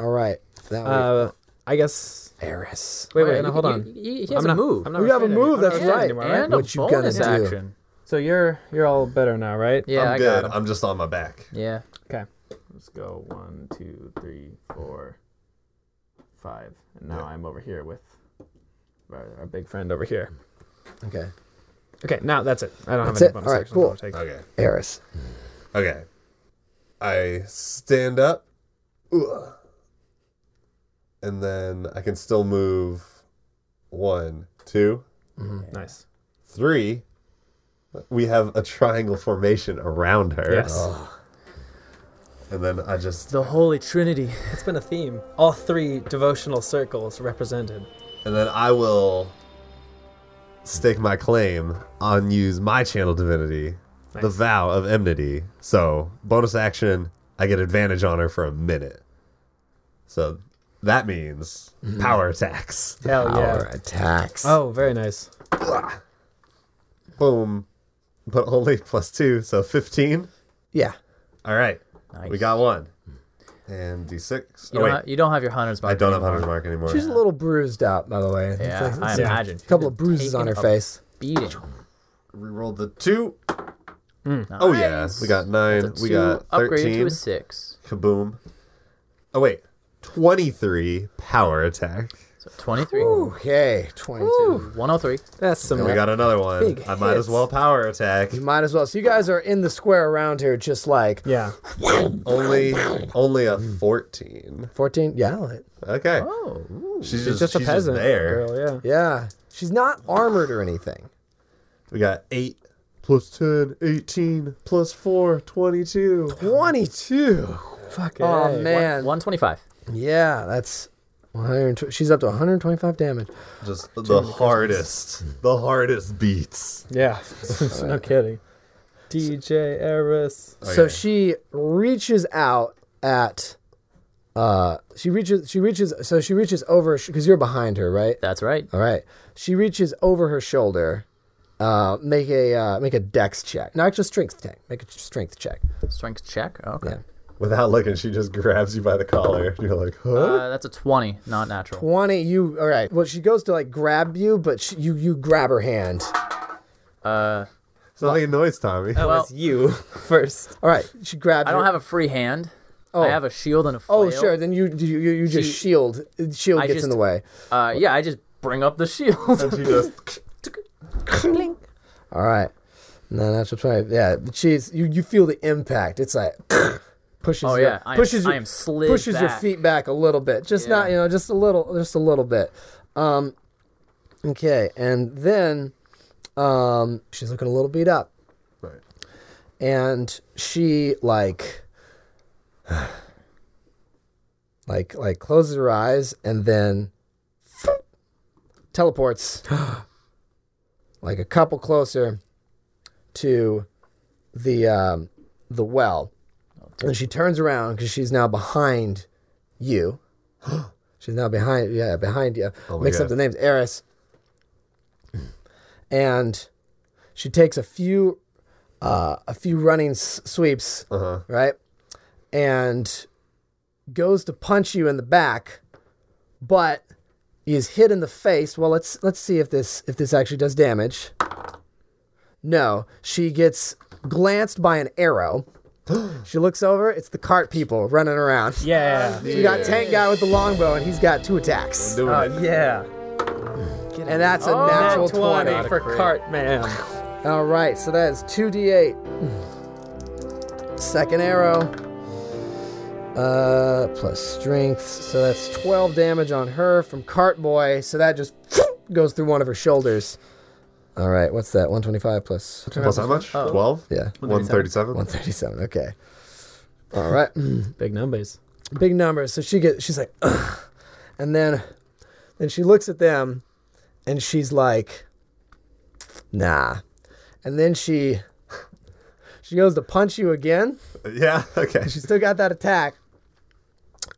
All right. That was
Uh, I guess.
Eris.
Wait, wait,
Wait,
no,
you-
hold
you-
on.
you- he has
I'm
a
not,
move.
Uh, I'm not
You have a
afraid of you.
move,
I'm
that's
not afraid
right.
anymore,
And a
What you gonna
bonus
do?
action.
So you're you're all better now, right?
Yeah,
I'm
I
good.
got him.
I'm just on my back.
Yeah.
Okay. Let's go one, two, three, four, five, and now I'm over here with our, our big friend over here.
Okay.
Okay, now that's it. I don't
That's
have any
it.
bonus
All right,
actions. I'll
cool.
take-
Okay.
Eris.
Okay. I stand up. Ugh. And then I can still move one, two,
Nice.
three. We have a triangle formation around her.
Yes.
And then I just
The Holy Trinity.
It's been a theme. All three devotional circles represented.
and then I will stake my claim on use my channel divinity, the
Nice.
vow of enmity. So bonus action, I get advantage on her for a minute. So that means power attacks.
Hell yeah.
Our attacks.
Oh, very nice.
Boom. But only plus two, so fifteen.
Yeah.
All right, we
Nice.
got one. And d6.
You,
oh,
don't
wait,
ha- you don't have your hunter's mark.
I don't have
anymore.
hunter's mark anymore.
She's a little bruised up, by the way.
Yeah,
It's like
I
it's
imagine.
a couple of bruises on her
Taken a
face.
Beating.
Rerolled the two. Oh yeah, we got nine.
That's a
We
two
got
upgraded to
thirteen.
a six.
Kaboom. Oh wait, twenty-three power attack.
So oh 23.
Okay. 22.
103.
That's some.
And we got another one.
Big
I might as
hits.
well power attack.
You might as well. So you guys are in the square around here, just like
yeah.
Only, only a fourteen.
14. Yeah. I'll hit.
Okay.
Oh.
she's just,
She's just a
she's
peasant
there.
girl. Yeah.
Yeah. She's not armored or anything.
We got eight plus 10, 18 plus 4, 22.
22.
Fuck it.
Oh, man.
125.
Yeah, that's 120. She's up to 125 damage.
Just the hardest, the hardest beats.
Yeah. no kidding. DJ Eris.
So
Okay.
she reaches out at. Uh, she reaches. She reaches. So she reaches over because you're behind her, right?
That's right.
All right. She reaches over her shoulder. Uh, make a uh, make a dex check. No, actually, strength check. Make a strength check.
Strength check. Okay.
Without looking, she just grabs you by the collar. You're like, huh?
Uh, that's a 20. Not natural.
20 you all right well she goes to like grab you but she, you you grab her hand
Uh,
it's not making noise, Tommy.
That was you first.
all right she grabs
I don't have a free hand. I have a shield and a flail.
oh sure then you you you, you just
She-
shield shield
I
gets in
just-
the way
Uh, yeah, I just bring up the shield.
she just
all right no natural 20 yeah she's you you feel the impact it's like pushes
Oh,
your,
yeah, I am-
pushes
I
your,
am slid
pushes your
back.
feet back a little bit just
Yeah.
not you know just a little just a little bit um okay and then um she's looking a little beat up
Right.
and she like like like closes her eyes and then teleports like a couple closer to the um, the well, and she turns around because she's now behind you. she's now behind, yeah, behind you.
Oh my
Mix up
God.
the names, Eris, and she takes a few uh, a few running s- sweeps,
Uh-huh.
right, and goes to punch you in the back, but is hit in the face. Well, let's let's see if this if this actually does damage. No, she gets glanced by an arrow. she looks over. It's the cart people running around.
Yeah.
You got tank guy with the longbow, and he's got two attacks,
Oh,
Doing it.
Yeah.
and that's a natural twenty.
for cart man.
All right, so that is 2d8. Second arrow. Uh, plus strength. So that's 12 damage on her from Cartboy. So that just goes through one of her shoulders. All right, what's that? 125 plus.
Plus how much? Twelve.
Yeah,
One thirty-seven.
137. Okay. All right.
Big numbers.
Big numbers. So she gets, she's like, Ugh. and then, then she looks at them and she's like, nah. And then she, she goes to punch you again.
Yeah. Okay.
She still got that attack.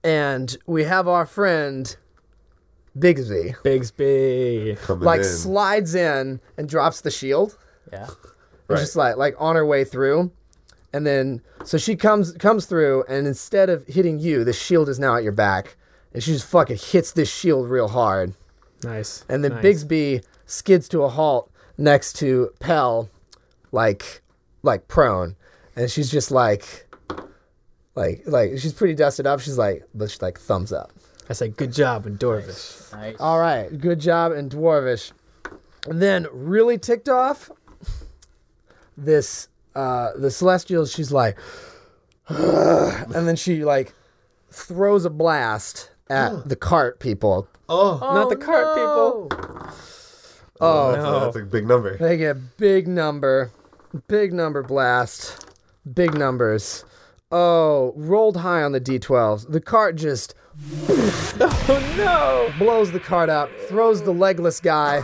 And we have our friend Bigsby
Bigsby.
Coming
like
in.
slides in and drops the shield.
Yeah.
It's just like like on her way through. And then so she comes comes through and instead of hitting you, the shield is now at your back. And she just fucking hits this shield real hard.
Nice.
And then
nice.
Bigsby skids to a halt next to Pell, like like prone. And she's just like like like she's pretty dusted up. She's like but she's like thumbs up.
I say good job, Endorvish.
Nice.
All right, good job in Dwarvish. And then really ticked off this uh the Celestials, she's like "Ugh," and then she like throws a blast at the cart people.
Not the cart people.
Oh, that's, a, that's a big number.
They get big number, big number blast, big numbers. Oh, rolled high on the d12s. The cart just
Oh, No.
blows the cart up, throws the legless guy.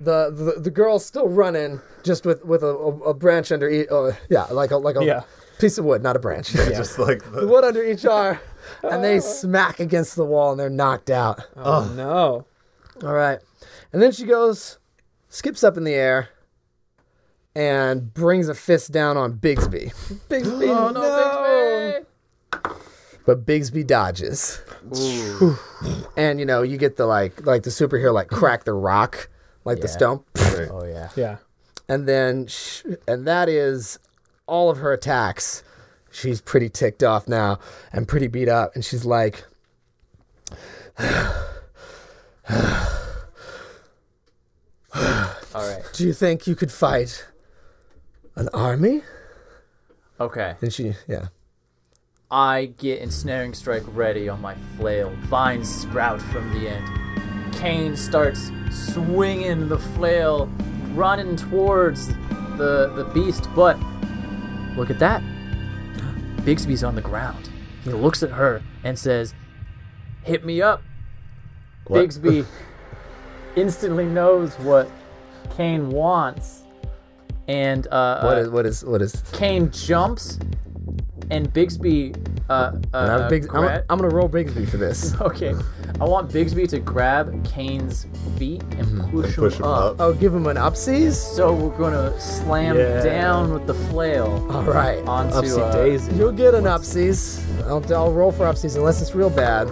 The, the the girl's still running, just with with a, a, a branch under each. Uh, yeah, like a like a
Yeah.
piece of wood, not a branch.
Just like
The
the,
wood under each arm, and they smack against the wall, and they're knocked out.
Oh no.
All right, and then she goes, skips up in the air, and brings a fist down on Bigsby,
Bigsby. Oh no. no.
but Bigsby dodges. And you know, you get the like like the superhero like crack the rock, like the
Yeah.
stump.
Oh yeah.
Yeah.
and then sh- and that is all of her attacks. She's pretty ticked off now and pretty beat up, and she's like,
All right.
"Do you think you could fight an army?"
Okay.
And she, yeah,
I get ensnaring strike ready on my flail. Vines sprout from the end. Kane starts swinging the flail, running towards the the beast. But look at that. Bigsby's on the ground. He looks at her and says, "Hit me up." Bigsby instantly knows what Kane wants, and uh,
what
uh,
is what is what is?
Kane jumps, and Bigsby. Uh,
And
uh,
I'm, Bigs- I'm,
gra-
I'm gonna roll Bigsby for this.
okay, I want Bigsby to grab Kane's feet and push,
push
him,
him
up.
up.
Oh, give him an upsies.
So we're gonna slam
Yeah.
down with the flail
All right,
onto uh,
Daisy.
you'll get an upsies. I'll, I'll roll for upsies unless it's real bad.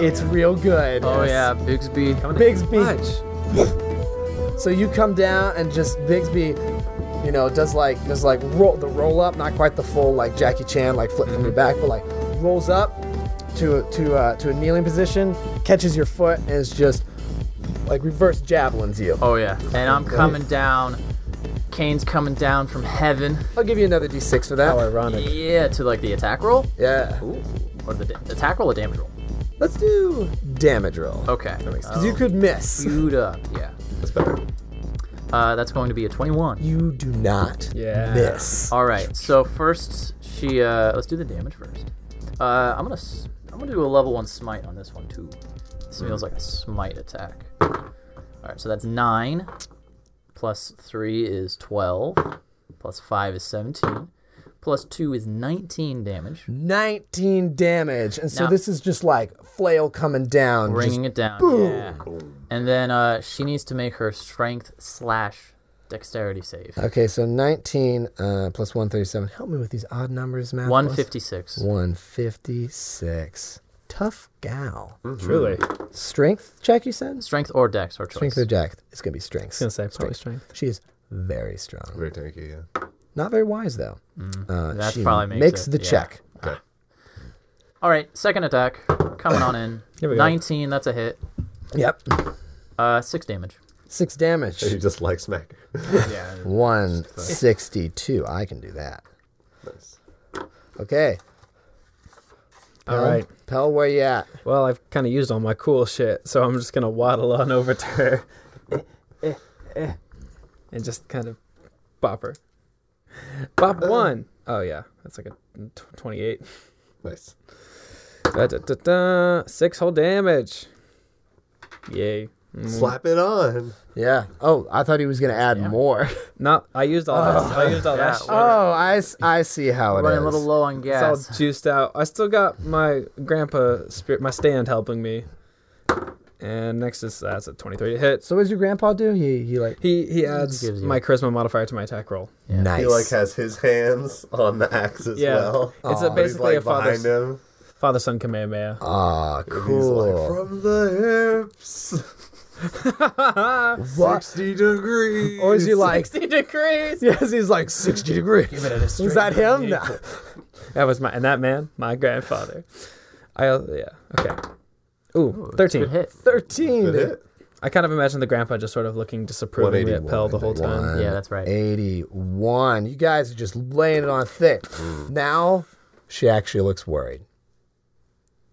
it's real good.
Oh yeah, Bigsby.
Bigsby.
Fudge.
So you come down and just Bigsby, you know, does like does like roll the roll up, not quite the full like Jackie Chan like flip
Mm-hmm.
from your back, but like rolls up to a, to uh, to a kneeling position, catches your foot, and is just like reverse javelins you.
Oh yeah, and I'm coming down. Kane's coming down from heaven.
I'll give you another d6 for that.
How ironic.
Yeah, to like the attack roll
Yeah,
Ooh. or the da- attack roll or damage roll.
let's do damage roll
Okay. Oh,
because you could miss.
Queued up. Yeah.
That's better.
Uh, that's going to be a 21.
You do not
Yeah.
miss.
All right. So first, she. Uh, let's do the damage first. Uh, I'm gonna. Hmm. s- I'm gonna do a level one smite on this one too. This feels like a smite attack. All right, so that's nine. Plus three is twelve. Plus five is seventeen. Plus two is nineteen damage,
19 damage. And so
Now-
this is just like flail coming down.
bringing it down. Yeah. And then uh, she needs to make her strength slash dexterity save.
just- okay, so 19 uh, plus 137. Help me with these odd numbers, man.
One fifty six.
156. Tough gal.
Truly. Mm-hmm. I was
Strength check, you said?
Hmm. Strength or dex or choice.
Strength or Jack? It's going to be strength.
gonna say probably strength.
She is very strong.
Very tanky, yeah.
Not very wise, though. Uh,
That's
she
Mm. probably makes
makes
it,
the
yeah.
check.
Okay.
All right, second attack coming on in.
Here we go.
Nineteen. That's a hit.
Yep.
Uh, six damage.
Six damage.
You just like Smacker.
162. I can do that.
nice.
Okay.
All right.
Pell, where you at?
Well, I've kind of used all my cool shit, so I'm just gonna waddle on over to her, Eh, eh, eh, and just kind of bop her. Bop one. Oh yeah, that's like a tw- twenty-eight.
Nice.
Da, da, da, da. Six whole damage. Yay. Mm.
Slap it on.
Yeah. Oh, I thought he was going to add more.
No, I used all that. I used all
Yeah,
that. Shit.
we're
Oh, I, s- I see how Oh, it is.
running a little low on
It's all
gas.
juiced out. I still got my grandpa spirit, my stand helping me. And next is that's a twenty-three to hit.
So what does your grandpa do? He, he like...
He he adds
Gives you-
my charisma modifier to my attack roll.
Nice.
He like has his hands on the axe as
Yeah,
well.
it's a,
But he's,
basically
like,
a father
behind him.
father son Kamehameha.
Ah,
He's
cool.
like from the hips.
What?
Sixty degrees.
Or is he like...
degrees.
Yes, he's like 60 degrees. Is that him? No.
That was my and that man, my grandfather. I yeah okay. Ooh, thirteen.
Good hit.
13.
hit.
I kind of imagine the grandpa just sort of looking disapprovingly at Pell the whole time.
Yeah, that's right.
81. You guys are just laying it on thick. Now, she actually looks worried.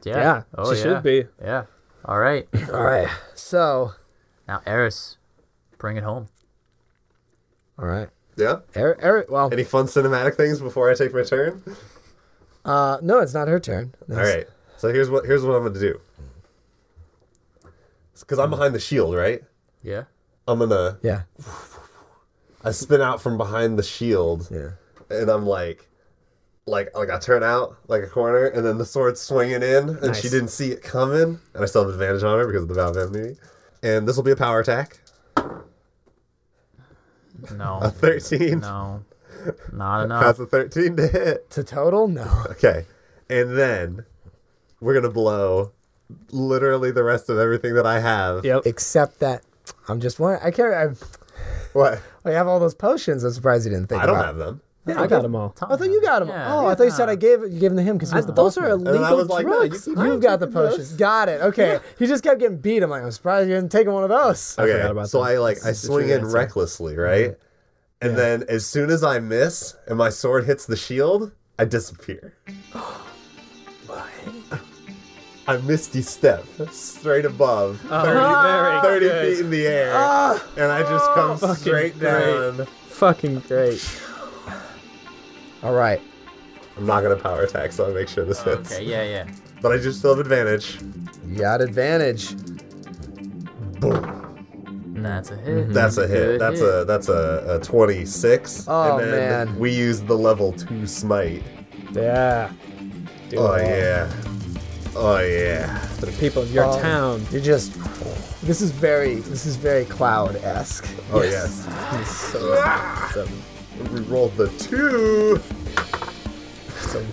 Yeah.
Yeah,
Oh,
she
yeah.
should be.
Yeah. All right.
All right. So,
Now, Eris, bring it home.
all right.
Yeah.
Eric, Eric, well,
Any fun cinematic things before I take my turn?
uh, no, it's not her turn.
All right. So here's what here's what I'm gonna do. Because I'm behind the shield, right?
Yeah.
I'm gonna
Yeah.
I spin out from behind the shield,
Yeah.
and I'm like, like like I turn out like a corner, and then the sword's swinging in, and she
Nice.
didn't see it coming, and I still have advantage on her because of the valve enemy. And this will be a power attack.
No.
Thirteen.
no. Not enough.
That's a thirteen to hit.
To total? No.
Okay. And then we're going to blow literally the rest of everything that I have.
Yep.
Except that I'm just wondering. I can't. I'm,
What?
I have all those potions. I'm surprised you didn't think
I don't
about
have them.
I got them all.
I thought you got them.
Yeah.
oh, I thought you said I gave you gave them to him because he was the boss.
Those are
And then I
illegal
was like, no, you
drugs.
keep
You've got the potions. Got it. Okay. He just kept getting beat. I'm like, I'm surprised you didn't take one of those.
Okay.
forgot about
so
them.
I like I
is the
swing
true
in
answer.
recklessly, right? And then as soon as I miss and my sword hits the shield, I disappear. I misty step straight above,
Oh,
30,
very
30
good.
feet in the air,
Ah.
and I
Oh,
just come straight down.
Fucking great.
All right.
I'm not gonna power attack, so I make sure this hits.
Okay. Yeah. Yeah.
But I just still have advantage.
You got advantage.
Boom.
That's a hit.
That's a hit.
Good
That's
hit.
a that's a, a twenty six.
Oh,
and then
man.
We use the level two smite.
Yeah. Do
Oh
it.
yeah. Oh yeah.
For the people of your
Oh.
town.
You're just. This is very. This is very cloud esque.
Oh yes.
Seven.
We rolled the two.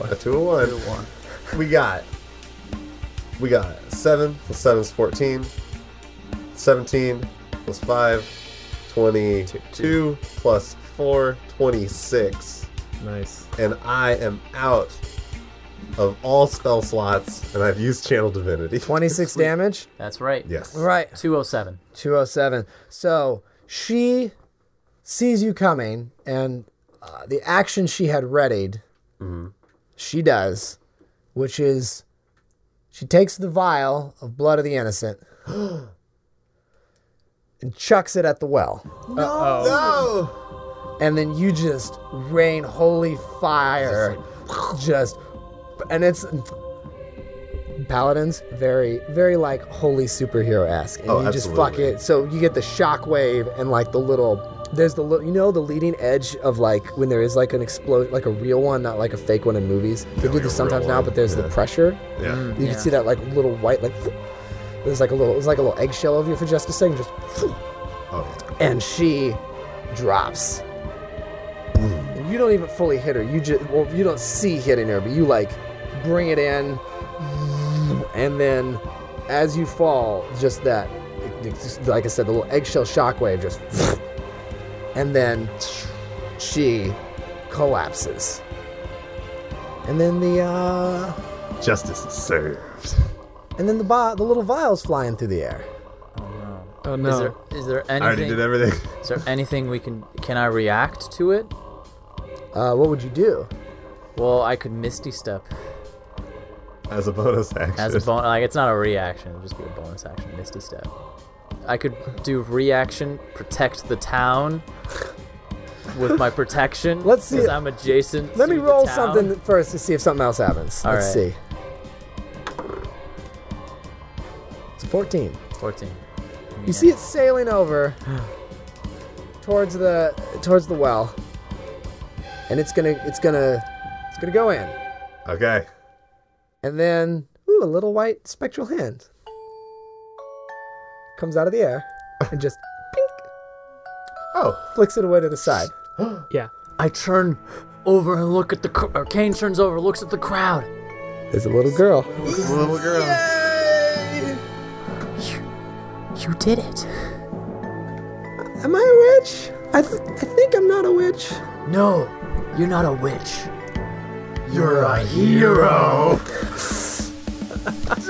a two a one. We got. We got seven plus seven is fourteen. Seventeen plus five. Twenty-two plus four. Twenty-six.
Nice.
and I am out of all spell slots, and I've used Channel Divinity.
26 damage.
That's right.
Yes.
All right.
Two oh seven.
207. So she sees you coming, and uh, the action she had readied, she does, which is she takes the vial of blood of the innocent and chucks it at the well.
No.
And then you just rain holy fire. Just, and it's paladins very very like holy superhero esque and
Oh,
you just fuck
absolutely.
it so you get the shockwave and like the little there's the little you know the leading edge of like when there is like an explosion like a real one not like a fake one in movies they do
like a
this
real
sometimes now
one,
but there's the
yeah.
pressure
Yeah.
you
Yeah.
can see that like little white like there's like a little it was like a little eggshell over you for just a second just
Oh, yeah.
and she drops. And you don't even fully hit her. You just well, you don't see hitting her, but you like bring it in, and then as you fall, just that, just like I said, the little eggshell shockwave just, and then she collapses. And then the uh,
Justice is served.
and then the bo- the little vials flying through the air.
Oh
Is
no.
there is there
I already
anything
did everything.
is there anything we can can I react to it?
Uh, what would you do?
Well, I could misty step
As a bonus action.
as a bonus. Like it's not a reaction; it'll just be a bonus action. Misty step. I could do reaction, protect the town with my protection.
Let's see.
'cause I'm adjacent.
Let me
to the
roll
town.
something first to see if something else happens.
All
Let's
right.
see. It's a 14.
Fourteen.
You see it sailing over towards the towards the well. And it's going to it's going to it's going to go in.
okay.
And then ooh, a little white spectral hand comes out of the air and just
Oh,
flicks it away to the side.
Yeah.
I turn over and look at the. Cr- or Kane turns over, looks at the crowd.
There's a little girl.
little girl.
You did it.
Am I a witch? I, th- I think I'm not a witch.
No, you're not a witch.
You're a hero.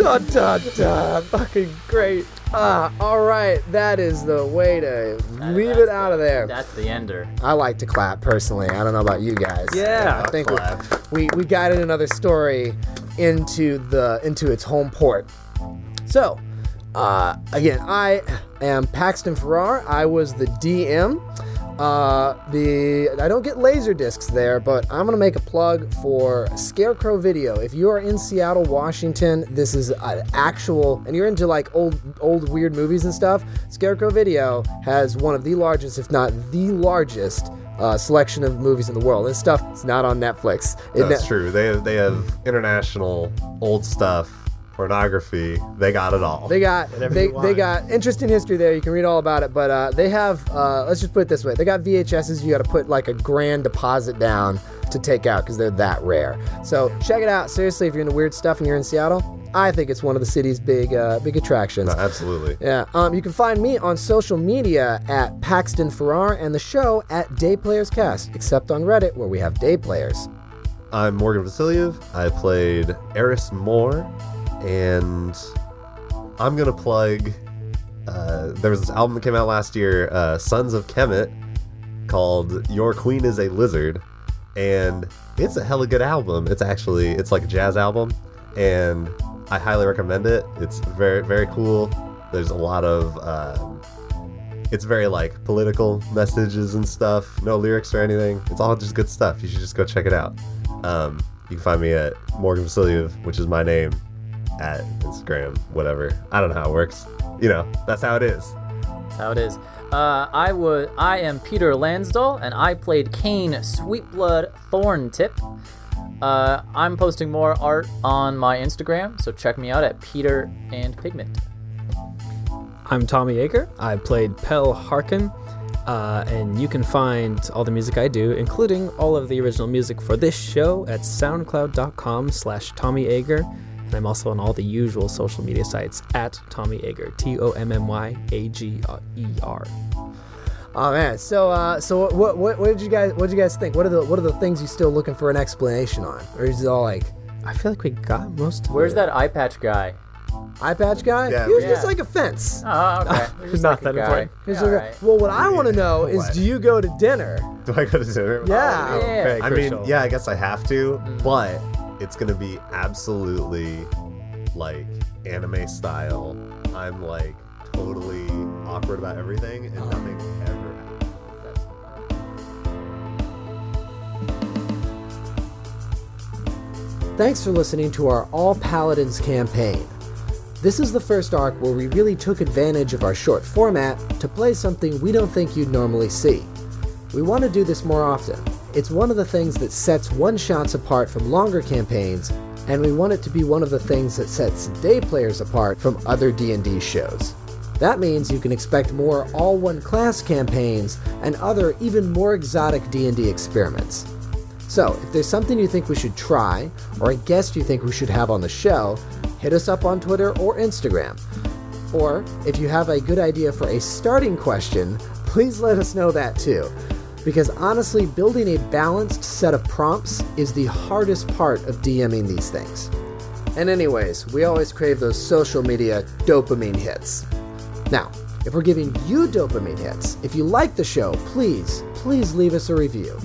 da, da, da. Fucking great. Ah, all right. That is the way to leave it
that's
out of there.
That's the ender.
I like to clap personally. I don't know about you guys.
Yeah.
I think we- we we guided another story into the into its home port. So, uh, again, I am Paxton Farrar. I was the DM. Uh, the I don't get laser discs there, but I'm gonna make a plug for Scarecrow Video. If you are in Seattle, Washington, this is an actual, and you're into like old old weird movies and stuff. Scarecrow Video has one of the largest, if not the largest, uh, selection of movies in the world. This stuff is not on Netflix. It
That's
ne-
true. They have, they have international old stuff, pornography. They got it all.
They got they,
you
they
want.
got interesting history there. You can read all about it. But uh, they have uh, let's just put it this way: they got VHSs. You got to put like a grand deposit down to take out because they're that rare. So check it out seriously if you're into weird stuff and you're in Seattle. I think it's one of the city's big uh, big attractions.
Absolutely.
Yeah. Um, you can find me on social media at Paxton Farrar and the show at Day Players Cast, except on Reddit where we have Day Players.
I'm Morgan Vasiliev. I played Eris Moore, and I'm gonna plug. Uh, there was this album that came out last year, uh, Sons of Kemet, called "Your Queen Is a Lizard," and it's a hella good album. It's actually it's like a jazz album, and I highly recommend it. It's very very cool. There's a lot of um it's very like political messages and stuff. No lyrics or anything. It's all just good stuff. You should just go check it out. Um, you can find me at Morgan Vasiliev, which is my name, at Instagram, whatever. I don't know how it works. You know, that's how it is.
That's how it is. Uh, I would. I am Peter Lansdall, and I played Kane Sweetblood Thorntip. Uh, I'm posting more art on my Instagram, so check me out at Peter and Pigment.
I'm Tommy Aker. I played Pell Harkin. Uh, and you can find all the music I do, including all of the original music for this show, at soundcloud.com slash Tommy Ager. And I'm also on all the usual social media sites at Tommy Ager, T O M M Y A G E R.
Oh man. So uh, so what, what what did you guys what did you guys think? What are the what are the things you still looking for an explanation on, or is it all like?
I feel like we got most of
Where's
it.
that eye patch guy?
eye patch guy?
Yeah,
he was
yeah.
just like a fence.
Oh, okay. He's just
Not
like a
that
guy.
important.
He was
Yeah,
like a-
alright.
Well, what I want to know is,
What?
do you go to dinner?
Do I go to dinner?
Yeah.
yeah.
Very
I mean,
crucial.
yeah, I guess I have to, but it's gonna be absolutely like anime style. I'm like totally awkward about everything, and nothing ever happens.
Thanks for listening to our All Paladins campaign. This is the first arc where we really took advantage of our short format to play something we don't think you'd normally see. We want to do this more often. It's one of the things that sets one shots apart from longer campaigns, and we want it to be one of the things that sets day players apart from other D&D shows. That means you can expect more all one class campaigns and other even more exotic D&D experiments. So, if there's something you think we should try, or a guest you think we should have on the show, hit us up on Twitter or Instagram. Or, if you have a good idea for a starting question, please let us know that too. Because honestly, building a balanced set of prompts is the hardest part of DMing these things. And, anyways, we always crave those social media dopamine hits. Now, if we're giving you dopamine hits, if you like the show, please, please leave us a review.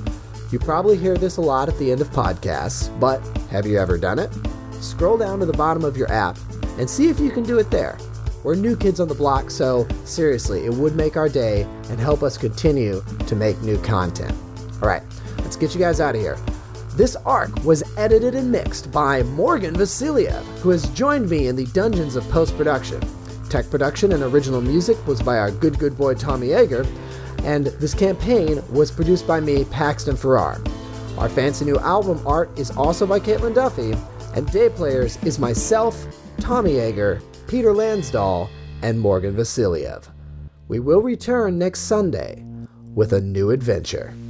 You probably hear this a lot at the end of podcasts, but have you ever done it? Scroll down to the bottom of your app and see if you can do it there. We're new kids on the block, so seriously, it would make our day and help us continue to make new content. All right, let's get you guys out of here. This arc was edited and mixed by Morgan Vasiliev, who has joined me in the dungeons of post production. Tech production and original music was by our good good boy Tommy Yeager, and this campaign was produced by me, Paxton Farrar. Our fancy new album art is also by Caitlin Duffy, and Day Players is myself, Tommy Yeager, Peter Lansdall, and Morgan Vasiliev. We will return next Sunday with a new adventure.